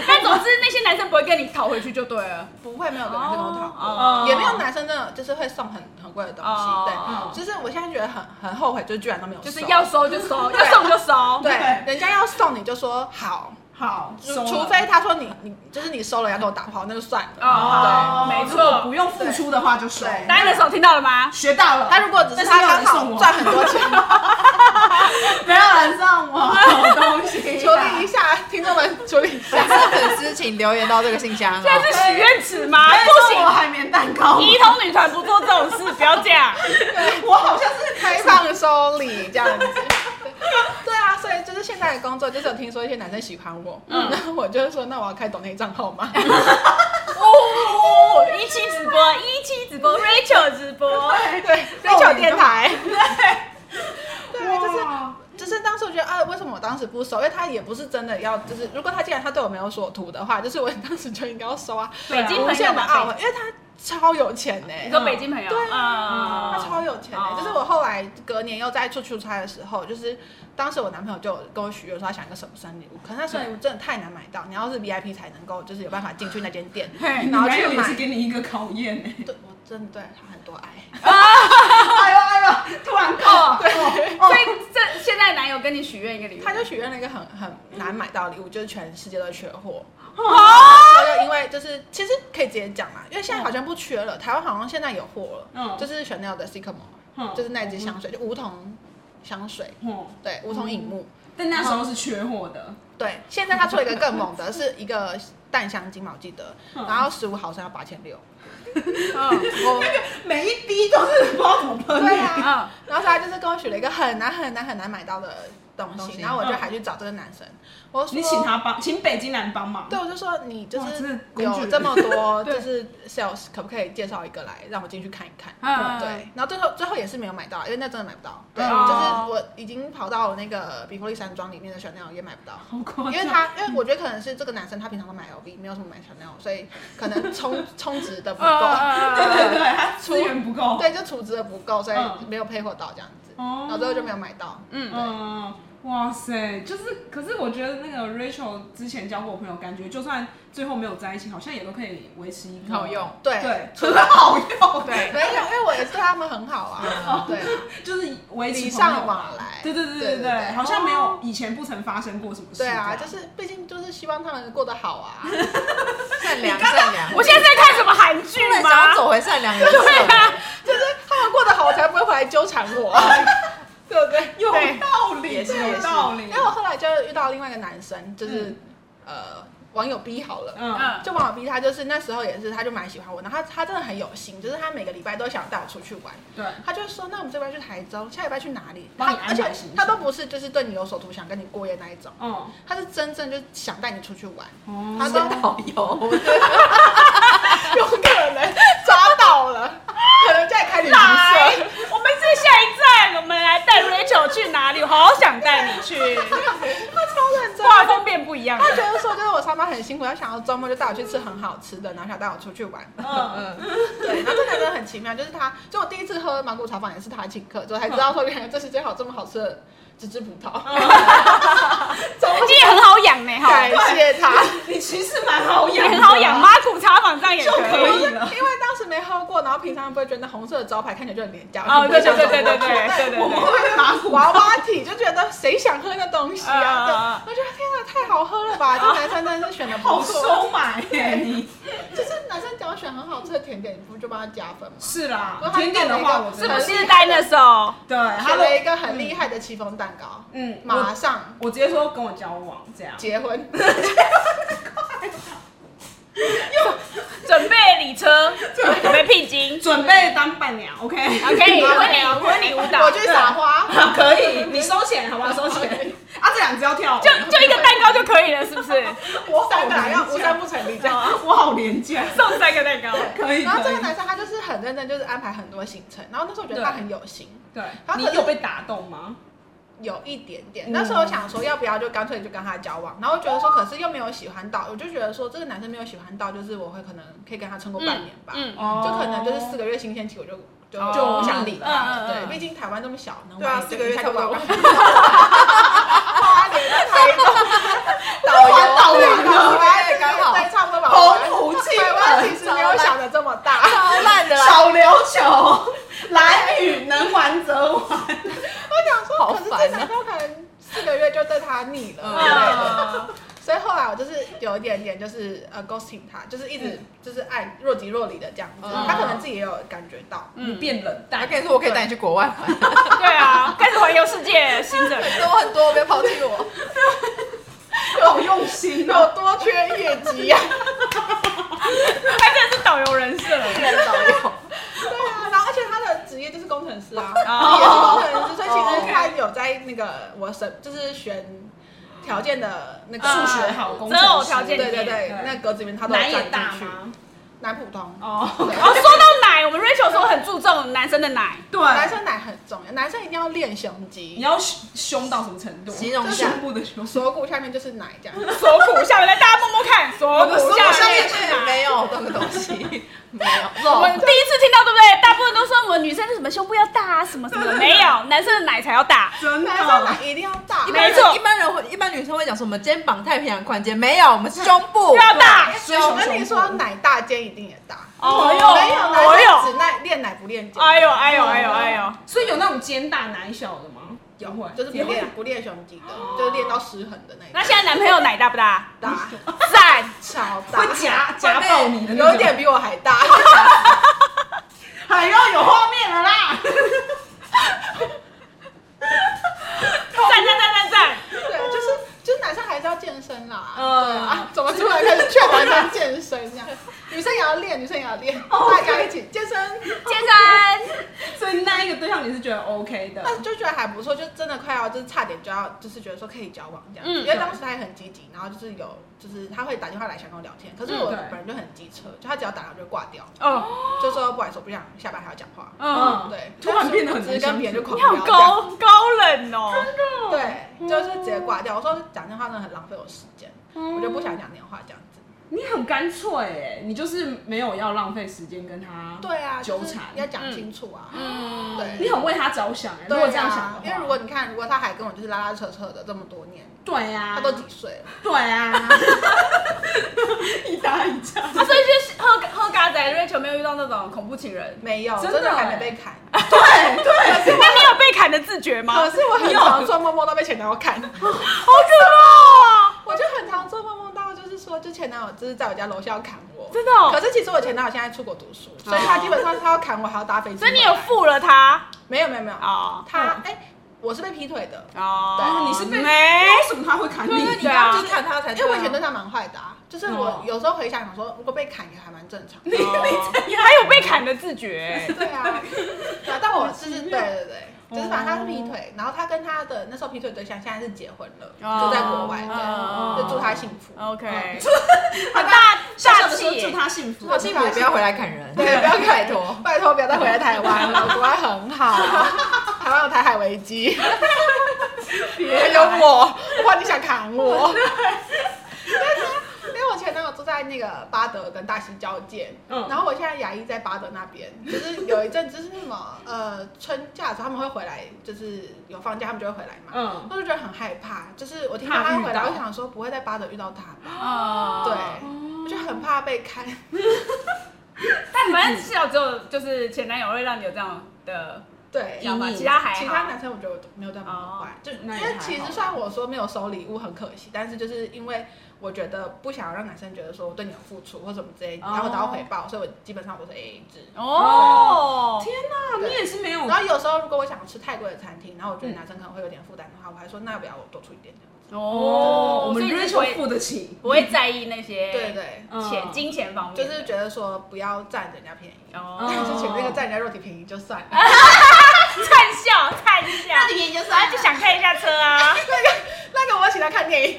Speaker 4: 但总之那些男生不会跟你讨回去就对了。
Speaker 2: 不会没有跟男生跟我讨过，
Speaker 4: 哦哦
Speaker 2: 也没有男生真的就是会送很很贵的东西，
Speaker 4: 哦哦
Speaker 2: 对，就是我现在觉得很很后悔，就是居然都没有 收，
Speaker 4: 就是要收就收，要送就收。
Speaker 2: 对
Speaker 3: 对，
Speaker 2: 人家要送你就说好，
Speaker 3: 好，
Speaker 2: 除
Speaker 3: 收了
Speaker 2: 除非他说你你就是你收了要跟我打炮，那就算了。
Speaker 4: 哦，没
Speaker 3: 如果
Speaker 4: 错
Speaker 3: 不。用付出的话就收，
Speaker 2: 对
Speaker 4: 大家的手听到了吗？
Speaker 3: 学到了。
Speaker 2: 他如果只是
Speaker 3: 但是要
Speaker 2: 他
Speaker 3: 人
Speaker 2: 刚
Speaker 3: 送
Speaker 2: 好
Speaker 3: 我，
Speaker 2: 赚很多钱，
Speaker 3: 不要人送我东西，
Speaker 2: 处理一下，听众们处理一下。
Speaker 5: 粉丝请留言到这个信箱
Speaker 4: 现在
Speaker 5: 哦。
Speaker 4: 是许愿池吗？
Speaker 3: 不
Speaker 4: 不
Speaker 3: 行，我
Speaker 4: 行，
Speaker 3: 海绵蛋糕，
Speaker 4: 一通女团不做这种事，不要这样。
Speaker 3: 我好像是
Speaker 2: 开放收礼这样子。对啊，所以就是现在的工作，就是有听说一些男生喜欢我，
Speaker 4: 嗯
Speaker 2: 然后我就说，那我要开抖内账 号吗？
Speaker 4: 哦，一期直播，一期直播，Rachel 直播，
Speaker 2: 对，追求电台。对，
Speaker 3: 哇
Speaker 2: 就是就是是当时我觉得啊，为什么我当时不收？因为他也不是真的要，就是如果他既然他对我没有所图的话，就是我当时就应该要收啊。
Speaker 4: 北京
Speaker 2: 无
Speaker 4: 朋友
Speaker 2: 限的懊
Speaker 4: 嘛
Speaker 2: 悔，，因为他超有钱呢、
Speaker 4: 你说北京朋友，
Speaker 2: 对
Speaker 4: 啊
Speaker 2: 他超有钱的、
Speaker 4: 哦
Speaker 2: 就是我后来隔年又再出去出差的时候，就是当时我男朋友就跟我许愿说他想一个什么生日礼物，可是他生日礼物真的太难买到，你要是 VIP 才能够就是有办法进去那间店，
Speaker 3: 你
Speaker 2: 然后
Speaker 3: 男友
Speaker 2: 去
Speaker 3: 也是
Speaker 2: 买。
Speaker 3: 给你一个考验呢。
Speaker 2: 对，我真的对他很多爱，
Speaker 3: 哎呦哎呦，突然靠，对，
Speaker 4: 所以这现在男友跟你许愿一个礼物，
Speaker 2: 他就许愿了一个很很难买到的礼物，就是全世界都缺 货。
Speaker 4: 哦，
Speaker 2: 然后就因为就是其实可以直接讲啦，因为现在好像不缺了，台湾好像现在有货了，
Speaker 3: 嗯
Speaker 2: 嗯就是 Chanel 的 Sycamore，
Speaker 3: 嗯
Speaker 2: 就是那支香水，就梧桐香水，
Speaker 3: 嗯
Speaker 2: 对，梧桐影木。
Speaker 3: 但那时候是缺货的，
Speaker 2: 对，现在他出了一个更猛 的，是一个淡香精嘛，我记得，
Speaker 3: 嗯
Speaker 2: 然后十五毫升要八千六。
Speaker 4: 嗯
Speaker 2: 我
Speaker 3: 每一滴都是不知道怎么喷
Speaker 2: 对
Speaker 3: 的。
Speaker 2: 啊，
Speaker 4: 嗯，
Speaker 2: 然后所以他就是跟我许了一个很难很难很难买到的东
Speaker 5: 东
Speaker 2: 西，
Speaker 5: 西
Speaker 2: 然后我就还去找这个男生，我说
Speaker 3: 你请，他帮，请北京男帮忙。
Speaker 2: 对，我就说你就
Speaker 3: 哇真
Speaker 2: 是
Speaker 3: 的工具人
Speaker 2: 有这么 多就是 sales，可不可以介绍一个来让我进去看一看？
Speaker 4: 嗯
Speaker 2: 对，然后最后最后也是没有买到，因为那真的买不到。对，
Speaker 3: 嗯
Speaker 2: 就是我已经跑到那个比弗利山庄里面的小鸟也买不到。
Speaker 3: 好夸 张。
Speaker 2: 因为他，因为我觉得可能是这个男生他平常都买 LV，没有什么买 Chanel，所以可能 充充值的不
Speaker 3: 嗯
Speaker 2: 够，
Speaker 3: 对
Speaker 4: 呃，
Speaker 3: 对对，他 资源不 够。
Speaker 2: 对，就储值的不够，所以
Speaker 3: 嗯
Speaker 2: 没有配货到这样子，
Speaker 3: 哦
Speaker 2: 然后最后就没有买到。
Speaker 3: 嗯，哇塞，就是，可是我觉得那个 Rachel 之前交过我朋友，感觉就算最后没有在一起，好像也都可以维持一个
Speaker 5: 好用，
Speaker 2: 对，
Speaker 3: 对，很好用，
Speaker 5: 对
Speaker 2: 没有，因为我也是对他们很好
Speaker 3: 哦
Speaker 2: 啊， 对，
Speaker 3: 就是维持
Speaker 2: 礼
Speaker 3: 朋友
Speaker 2: 尚往来。
Speaker 3: 对对对
Speaker 2: 对
Speaker 3: 对
Speaker 2: 对哦
Speaker 3: 对，好像没有以前不曾发生过什么事这
Speaker 2: 对
Speaker 3: 样。
Speaker 2: 啊，就是毕竟就是希望他们过得好啊。
Speaker 5: 善良善良，
Speaker 4: 我现在在看什么韩剧
Speaker 5: 突然想要
Speaker 4: 吗？
Speaker 5: 走回善 良人设
Speaker 4: 啊，
Speaker 2: 就是他们过得好，我才不会回来纠缠我，
Speaker 3: 哦
Speaker 2: 对不对？
Speaker 3: 有
Speaker 2: 对
Speaker 3: 道理，
Speaker 5: 也是
Speaker 3: 有
Speaker 5: 也是
Speaker 3: 道理
Speaker 2: 因。为我后来就遇到另外一个男生，就是呃网友 B 好了，
Speaker 3: 嗯，
Speaker 2: 就网友逼他，就是那时候也是，他就蛮喜欢我，然后他他真的很有心，就是他每个礼拜都想带我出去玩，
Speaker 3: 对，
Speaker 2: 他就说那我们这礼拜去台中，下礼拜去哪里？
Speaker 3: 帮
Speaker 2: 他
Speaker 3: 你安排
Speaker 2: 而且
Speaker 3: 行程
Speaker 2: 他都不是就是对你有所图，想跟你过夜那一种，
Speaker 3: 嗯，
Speaker 2: 他是真正就是想带你出去玩，
Speaker 3: 哦
Speaker 2: 他
Speaker 5: 真
Speaker 2: 说
Speaker 5: 的好用，
Speaker 2: 有可能抓到了，可能在开旅行
Speaker 4: 来
Speaker 2: 社。，
Speaker 4: 我们是下一站，我们来带 Rachel 去哪里？我好想带你去，
Speaker 2: 他超认真，
Speaker 4: 画风变不一样了
Speaker 2: 他。觉得说就是我上班很辛苦，他想要周末就带我去吃很好吃的，然后想带我出去玩。
Speaker 5: 嗯，
Speaker 2: 对，然后这男的很奇妙，就是他，就我第一次喝芒果茶坊也是他请客，就才知道说原来这世界还有这么好吃的芝芝葡萄，
Speaker 4: 你也很好养呢，哈，
Speaker 2: 感谢他。
Speaker 3: 你其实蛮好
Speaker 4: 也
Speaker 3: 养的，
Speaker 4: 很好养，妈古茶坊上也
Speaker 3: 就可
Speaker 4: 可以。
Speaker 3: 以
Speaker 2: 因
Speaker 3: 了。
Speaker 2: 为当时没喝过，然后平常不会觉得红色的招牌看起来就很廉价，
Speaker 4: 哦，
Speaker 2: 就不
Speaker 4: 对
Speaker 2: 会
Speaker 4: 对
Speaker 2: 想
Speaker 4: 对
Speaker 2: 走
Speaker 4: 对
Speaker 2: 过
Speaker 4: 对
Speaker 2: 去
Speaker 4: 对对对
Speaker 3: 我们
Speaker 4: 对。
Speaker 3: 会被马虎
Speaker 2: 娃娃体就觉得谁想喝那东西啊？对，
Speaker 4: 啊
Speaker 2: 我觉得天哪，太好喝了吧！这男生真的是选的不
Speaker 3: 好
Speaker 2: 错，
Speaker 3: 收买耶，你
Speaker 2: 就是男生只要选很好吃的甜点，你不就帮他加分吗？
Speaker 3: 是啦
Speaker 2: 我。还
Speaker 3: 甜点的话，我
Speaker 2: 是
Speaker 4: 是
Speaker 3: 真的
Speaker 4: 不是戴那首？
Speaker 3: 对
Speaker 2: 选
Speaker 3: 他
Speaker 2: 了
Speaker 3: 的
Speaker 2: 一个很厉害的戚风蛋糕，
Speaker 3: 嗯，
Speaker 2: 马
Speaker 3: 我
Speaker 2: 上
Speaker 3: 我直接说跟我交往这样。
Speaker 2: 结婚。
Speaker 4: 准备礼车，准备聘金。
Speaker 3: 准备当伴娘，OK？
Speaker 4: OK，婚礼婚礼舞蹈
Speaker 2: 我，去撒花。
Speaker 3: 可以，你收钱好不好？收钱啊，这两只要跳舞，
Speaker 4: 就就一个蛋糕就可以了，是不 是？
Speaker 2: 我三个人要无三不成立这样。
Speaker 3: 我好廉价，
Speaker 4: 送三个蛋糕。
Speaker 3: 可以
Speaker 2: 然后这
Speaker 3: 可以
Speaker 2: 个，男生他就是很认真，就是安排很多行程。然后那时候我觉得他很有心，
Speaker 3: 对
Speaker 2: 然，后
Speaker 3: 你
Speaker 2: 可是
Speaker 3: 有被打动吗？
Speaker 2: 有一点点。
Speaker 3: 嗯
Speaker 2: 那时候我想说要不要就干脆就跟他交往，然后觉得说可是又没有喜欢到，我就觉得说这个男生没有喜欢到，就是我会可能可以跟他撑过半年吧，
Speaker 4: 嗯，
Speaker 3: 哦
Speaker 2: 就可能就是四个月新鲜期我就。就
Speaker 4: 哦
Speaker 2: 就不想理
Speaker 4: 嗯嗯
Speaker 2: 他，
Speaker 4: 嗯
Speaker 2: 对，
Speaker 4: 嗯
Speaker 2: 毕竟台湾这么小，能
Speaker 5: 对啊
Speaker 2: 玩
Speaker 5: 四个月
Speaker 2: 才
Speaker 5: 差不
Speaker 2: 玩
Speaker 5: 多
Speaker 2: 完。花莲的台东，导游
Speaker 3: 环岛完了
Speaker 2: 对
Speaker 5: 刚好 啊
Speaker 2: 对，差不多吧。
Speaker 3: 澎湖气
Speaker 2: 台湾其
Speaker 3: 氛，
Speaker 2: 实没有想的这么 大，
Speaker 5: 超烂的啦，
Speaker 3: 小琉球，蓝雨能玩则玩，
Speaker 2: 我想说，
Speaker 5: 好
Speaker 2: 可是
Speaker 5: 烦啊
Speaker 2: 这男生可能四个月就对他腻了
Speaker 5: 嗯
Speaker 2: 之类的，所以后来我就是有一点点就是呃 ghosting 他，就是一直就是爱若即若离的这样子，
Speaker 5: 嗯
Speaker 2: 他可能自己也有感觉到。
Speaker 3: 你变冷
Speaker 5: 还
Speaker 3: 淡。
Speaker 5: 可以说我可以带你去国外玩，
Speaker 4: 对啊，开始环游世界，新的人。
Speaker 5: 很多很多，不要抛弃我。
Speaker 3: 好用心
Speaker 2: 有
Speaker 3: 哦！
Speaker 2: 多缺业绩啊呀、
Speaker 4: 他真的是导游人设。
Speaker 5: 导游，
Speaker 2: 对啊，然后而且他的职业就是工程师啊，也是
Speaker 4: 哦
Speaker 2: 工程师，所以其实
Speaker 3: OK
Speaker 2: 他有在那个我审就是选条件的那个
Speaker 4: 嗯
Speaker 3: 数学好，工
Speaker 4: 择偶条
Speaker 2: 对
Speaker 4: 件
Speaker 2: 对对，
Speaker 3: 对
Speaker 2: 那格子里面他都有
Speaker 3: 难也
Speaker 2: 占
Speaker 3: 大
Speaker 2: 进去，
Speaker 3: 吗？
Speaker 2: 男普通，
Speaker 3: 哦，
Speaker 4: 哦，说到奶奶，我们 Rachel 说很注重男生的奶，
Speaker 3: 对，
Speaker 2: 男生奶很重要，男生一定要练胸
Speaker 3: 你
Speaker 2: 肌，
Speaker 3: 要凶凶到什么程度？
Speaker 5: 形容一
Speaker 3: 这
Speaker 5: 下
Speaker 3: 胸部的胸，
Speaker 2: 锁骨下面就是奶这样。
Speaker 4: 锁骨下面来，大家摸摸看，锁
Speaker 5: 我的
Speaker 4: 骨
Speaker 5: 手
Speaker 4: 下
Speaker 5: 下面
Speaker 4: 面
Speaker 5: 是
Speaker 4: 是哪？
Speaker 5: 没有这个东西，没有
Speaker 4: 我
Speaker 5: 肉
Speaker 4: 们第一次听到，对不对？大部分都说我们女生是什么胸部要大啊，什么什么的，没 有，男生的奶才要大。
Speaker 3: 真
Speaker 2: 男生
Speaker 3: 的
Speaker 2: 奶一定要大，
Speaker 5: 一般人
Speaker 4: 没错
Speaker 5: 一般人会，一般女生会讲说我们肩膀太平洋宽肩，没有，我们是胸部
Speaker 4: 要大
Speaker 5: 对
Speaker 2: 哎我
Speaker 5: 胸
Speaker 2: 跟你说，奶大肩一定也大。
Speaker 4: 哦
Speaker 2: 没
Speaker 4: 哟
Speaker 2: 有
Speaker 4: 哦
Speaker 2: 男生
Speaker 4: 哟
Speaker 2: 只耐练奶不练肩，
Speaker 4: 哎呦哎呦哎呦哎呦！
Speaker 3: 所以有那种肩大奶小的吗？有会，
Speaker 2: 就是啊不练不练胸肌的，就是练到失衡的那一
Speaker 4: 那
Speaker 2: 种。
Speaker 4: 现在男朋友奶大不大？
Speaker 2: 大
Speaker 4: 赞！
Speaker 2: 超大，
Speaker 3: 会夹夹爆你的那种，
Speaker 2: 有一点比我还 大。
Speaker 3: 海要有画面了啦。
Speaker 4: 赞赞赞赞赞！
Speaker 2: 对，就是就是男生还是要健身啦。
Speaker 3: 嗯
Speaker 2: 嗯啊，怎么突然开始劝男生健身这 样？女生也要练，女生也要练，
Speaker 4: 哦
Speaker 2: 大家一起健身，
Speaker 4: 健身，
Speaker 3: 所以那一个对象你是觉得 OK 的，
Speaker 2: 那就觉得还不错，就真的快要就是差点就要就是觉得说可以交往这样子，
Speaker 4: 嗯
Speaker 2: 因为当时他也很积极，然后就是有就是他会打电话来想跟我聊天，可是
Speaker 4: 嗯
Speaker 2: 我
Speaker 3: 对
Speaker 2: 本人就很机车，就他只要打来我就挂掉，
Speaker 4: 哦，
Speaker 2: 就说不好意思我不想下班还要讲话，
Speaker 4: 嗯，
Speaker 2: 对，
Speaker 3: 嗯突然变得很
Speaker 2: 就是
Speaker 3: 难相
Speaker 2: 跟别人就
Speaker 3: 处
Speaker 2: 狂
Speaker 4: 你好
Speaker 2: 聊这样
Speaker 4: 高高冷哦，
Speaker 3: 嗯
Speaker 2: 对，就是直接挂掉。我说讲电话真的很浪费我时间，我
Speaker 4: 嗯
Speaker 2: 就不想讲电话这样子。
Speaker 3: 你很干脆哎，你就是没有要浪费时间跟他，
Speaker 2: 对啊，
Speaker 3: 纠
Speaker 2: 就是
Speaker 3: 缠
Speaker 2: 要讲清楚啊。
Speaker 4: 嗯，
Speaker 2: 对，
Speaker 3: 你很为他着想哎。如
Speaker 2: 对
Speaker 3: 果这样想的
Speaker 2: 啊因
Speaker 3: 话，
Speaker 2: 为如果你看，如果他还跟我就是拉拉扯扯的这么多年，
Speaker 3: 对呀，
Speaker 2: 他都几岁了？
Speaker 3: 对啊， 一搭一架，
Speaker 4: 啊，所以就是喝喝咖仔 Rachel 没有遇到那种恐怖情人，
Speaker 2: 没有，
Speaker 3: 真
Speaker 2: 真
Speaker 3: 的欸
Speaker 2: 的还没被 砍。
Speaker 3: 对对，
Speaker 4: 那你有被砍的自觉吗？
Speaker 2: 可是我很
Speaker 4: 你有
Speaker 2: 常做梦，梦到被前男友 砍。
Speaker 4: 好可
Speaker 2: 我就很常做梦，梦到就是说，就前男友就是在我家楼下要砍我。
Speaker 4: 真的哦
Speaker 2: 可是其实我前男友现在出国读书，所以他基本上他要砍我，还要搭飞机
Speaker 4: 怕！所
Speaker 2: 回来。
Speaker 4: 以你有负了他
Speaker 2: 没有没有没有，
Speaker 4: 哦
Speaker 2: 他哎，我是被劈腿的。
Speaker 4: 哦，
Speaker 3: 你是被
Speaker 4: 没
Speaker 3: 为什么他会砍你？
Speaker 5: 就是你
Speaker 4: 对
Speaker 5: 要
Speaker 4: 啊
Speaker 5: 去看他才
Speaker 2: 因
Speaker 5: 对
Speaker 2: 为
Speaker 5: 啊，
Speaker 2: 我以前对他蛮坏的啊，就是我
Speaker 3: 嗯
Speaker 2: 有时候回想想说，如果被砍也还蛮正 常的。
Speaker 3: 你
Speaker 4: 哦
Speaker 3: 你怎样？
Speaker 4: 还有被砍的自觉，
Speaker 2: 对啊，对啊，但我 就是对对
Speaker 4: 哦
Speaker 2: 对，就是反正他是劈腿，然后他跟他的那时候劈腿对象现在是结婚了，
Speaker 4: 哦
Speaker 2: 就在国外，
Speaker 4: 哦
Speaker 2: 对，就祝他幸福。
Speaker 4: OK，
Speaker 3: 很
Speaker 4: 大
Speaker 3: 小小
Speaker 4: 大
Speaker 3: 的
Speaker 4: 气
Speaker 3: 时候祝
Speaker 4: 耶，
Speaker 3: 他幸福，
Speaker 5: 好幸福，不要回来砍 人，
Speaker 2: 对，不要
Speaker 5: 拜
Speaker 2: 拜托
Speaker 5: 托，，
Speaker 2: 拜托不要再回来台湾了，国外很好，台湾有台海危机，还有我，哇，你想砍我？啊因为我前男友住在那个巴德跟大溪交界，
Speaker 3: 嗯
Speaker 2: 然后我现在牙医在巴德那边，就是有一阵子是什么呃春假的时候他们会回来，就是有放假他们就会回来嘛，
Speaker 3: 嗯
Speaker 2: 我就觉得很害怕，就是我听到
Speaker 3: 怕
Speaker 2: 他
Speaker 3: 遇
Speaker 2: 回来，
Speaker 3: 到
Speaker 2: 我想说不会在巴德遇到他吧，
Speaker 4: 哦
Speaker 2: 对，我就很怕被看。
Speaker 4: 但反正至少只有就是前男友会让你有这样的
Speaker 2: 对，
Speaker 4: 想法，
Speaker 3: 阴影
Speaker 4: 其他还
Speaker 2: 其他
Speaker 4: 好。
Speaker 2: 男生我觉得我都没有在忙坏，就因
Speaker 3: 那也还
Speaker 2: 为
Speaker 3: 好
Speaker 2: 哦其实虽然我说没有收礼物很可惜，但是就是因为我觉得不想让男生觉得说我对你有付出或什么之类，然后得到回报，所以我基本上我是 A A 制。
Speaker 4: 哦，
Speaker 3: 天哪，你也是没有
Speaker 2: 然后有时候如果我想吃泰国的餐厅，然后我觉得男生可能会有点负担的话，我还说那要不要我多出一点这样子。
Speaker 4: 哦，
Speaker 3: 我
Speaker 4: 所
Speaker 3: 们
Speaker 4: 以你是
Speaker 3: Rachel
Speaker 4: 不会
Speaker 3: 付得起，
Speaker 4: 不会在意那些
Speaker 2: 对对，
Speaker 4: 钱
Speaker 3: 嗯
Speaker 4: 金钱方面的，
Speaker 2: 就是觉得说不要占人家便宜，
Speaker 4: 哦，
Speaker 2: 就前面那个占人家肉体便宜就算了。
Speaker 4: 灿笑灿笑，
Speaker 5: 你就是
Speaker 4: 啊就想开一下车啊，
Speaker 2: 那个我请他看电 影，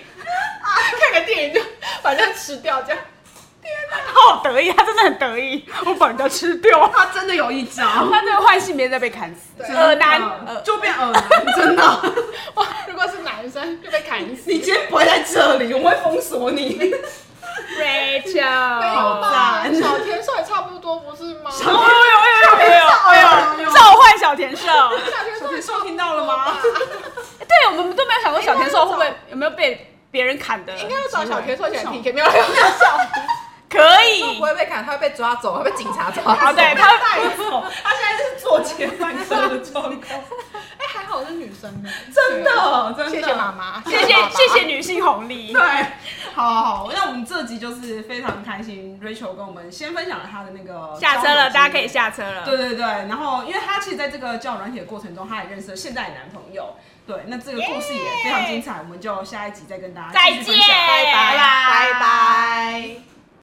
Speaker 2: 看个电影就反正吃掉这样。
Speaker 4: 好得意，他真的很得意，我把人家吃掉，
Speaker 3: 他真的有一招。
Speaker 4: 他这个换性别再被砍死，
Speaker 2: 对
Speaker 4: 耳男，
Speaker 3: 呃，
Speaker 4: 呃，
Speaker 3: 就变耳男，真的。
Speaker 2: 哇，如果是男生就被砍死。
Speaker 3: 你今天不会在这里，我们会封锁你。
Speaker 2: 没有
Speaker 4: Rachel，
Speaker 2: 吧？
Speaker 3: 赞
Speaker 2: 小甜瘦也差不多不是吗？
Speaker 4: 哦呦呦呦呦呦呦，召唤小田兽。
Speaker 3: 小铁兽听到了吗？
Speaker 4: 对，我们都没有想过小田兽会不会有没有被别人砍的，
Speaker 2: 应该要找小甜瘦起来 PK，没有开玩笑。
Speaker 4: 可
Speaker 5: 他
Speaker 4: 以
Speaker 5: 不。会被砍，他会被抓走，会被警察抓
Speaker 4: 哦，
Speaker 5: 走。
Speaker 2: 哎
Speaker 4: 对，他
Speaker 3: 带走， 他现在是坐前半车的状况，
Speaker 2: 哎，还好我是女生呢，
Speaker 3: 真的，真的。
Speaker 2: 谢谢妈。妈，
Speaker 4: 谢谢
Speaker 2: 爸爸
Speaker 4: 谢谢。女性红利
Speaker 3: 对。，好好，好那我们这集就是非常开心，Rachel 跟我们先分享了他的那个
Speaker 4: 下车了，
Speaker 3: 交友经历
Speaker 4: 大家可以。下车了。
Speaker 3: 对对对，然后因为她其实在这个交友软体的过程中，她也认识了现在的男朋友。对，那这个故事也非常精彩，我们就下一集再跟大家
Speaker 4: 再
Speaker 3: 继续
Speaker 4: 见，
Speaker 3: 分享
Speaker 5: 拜拜
Speaker 2: 拜拜。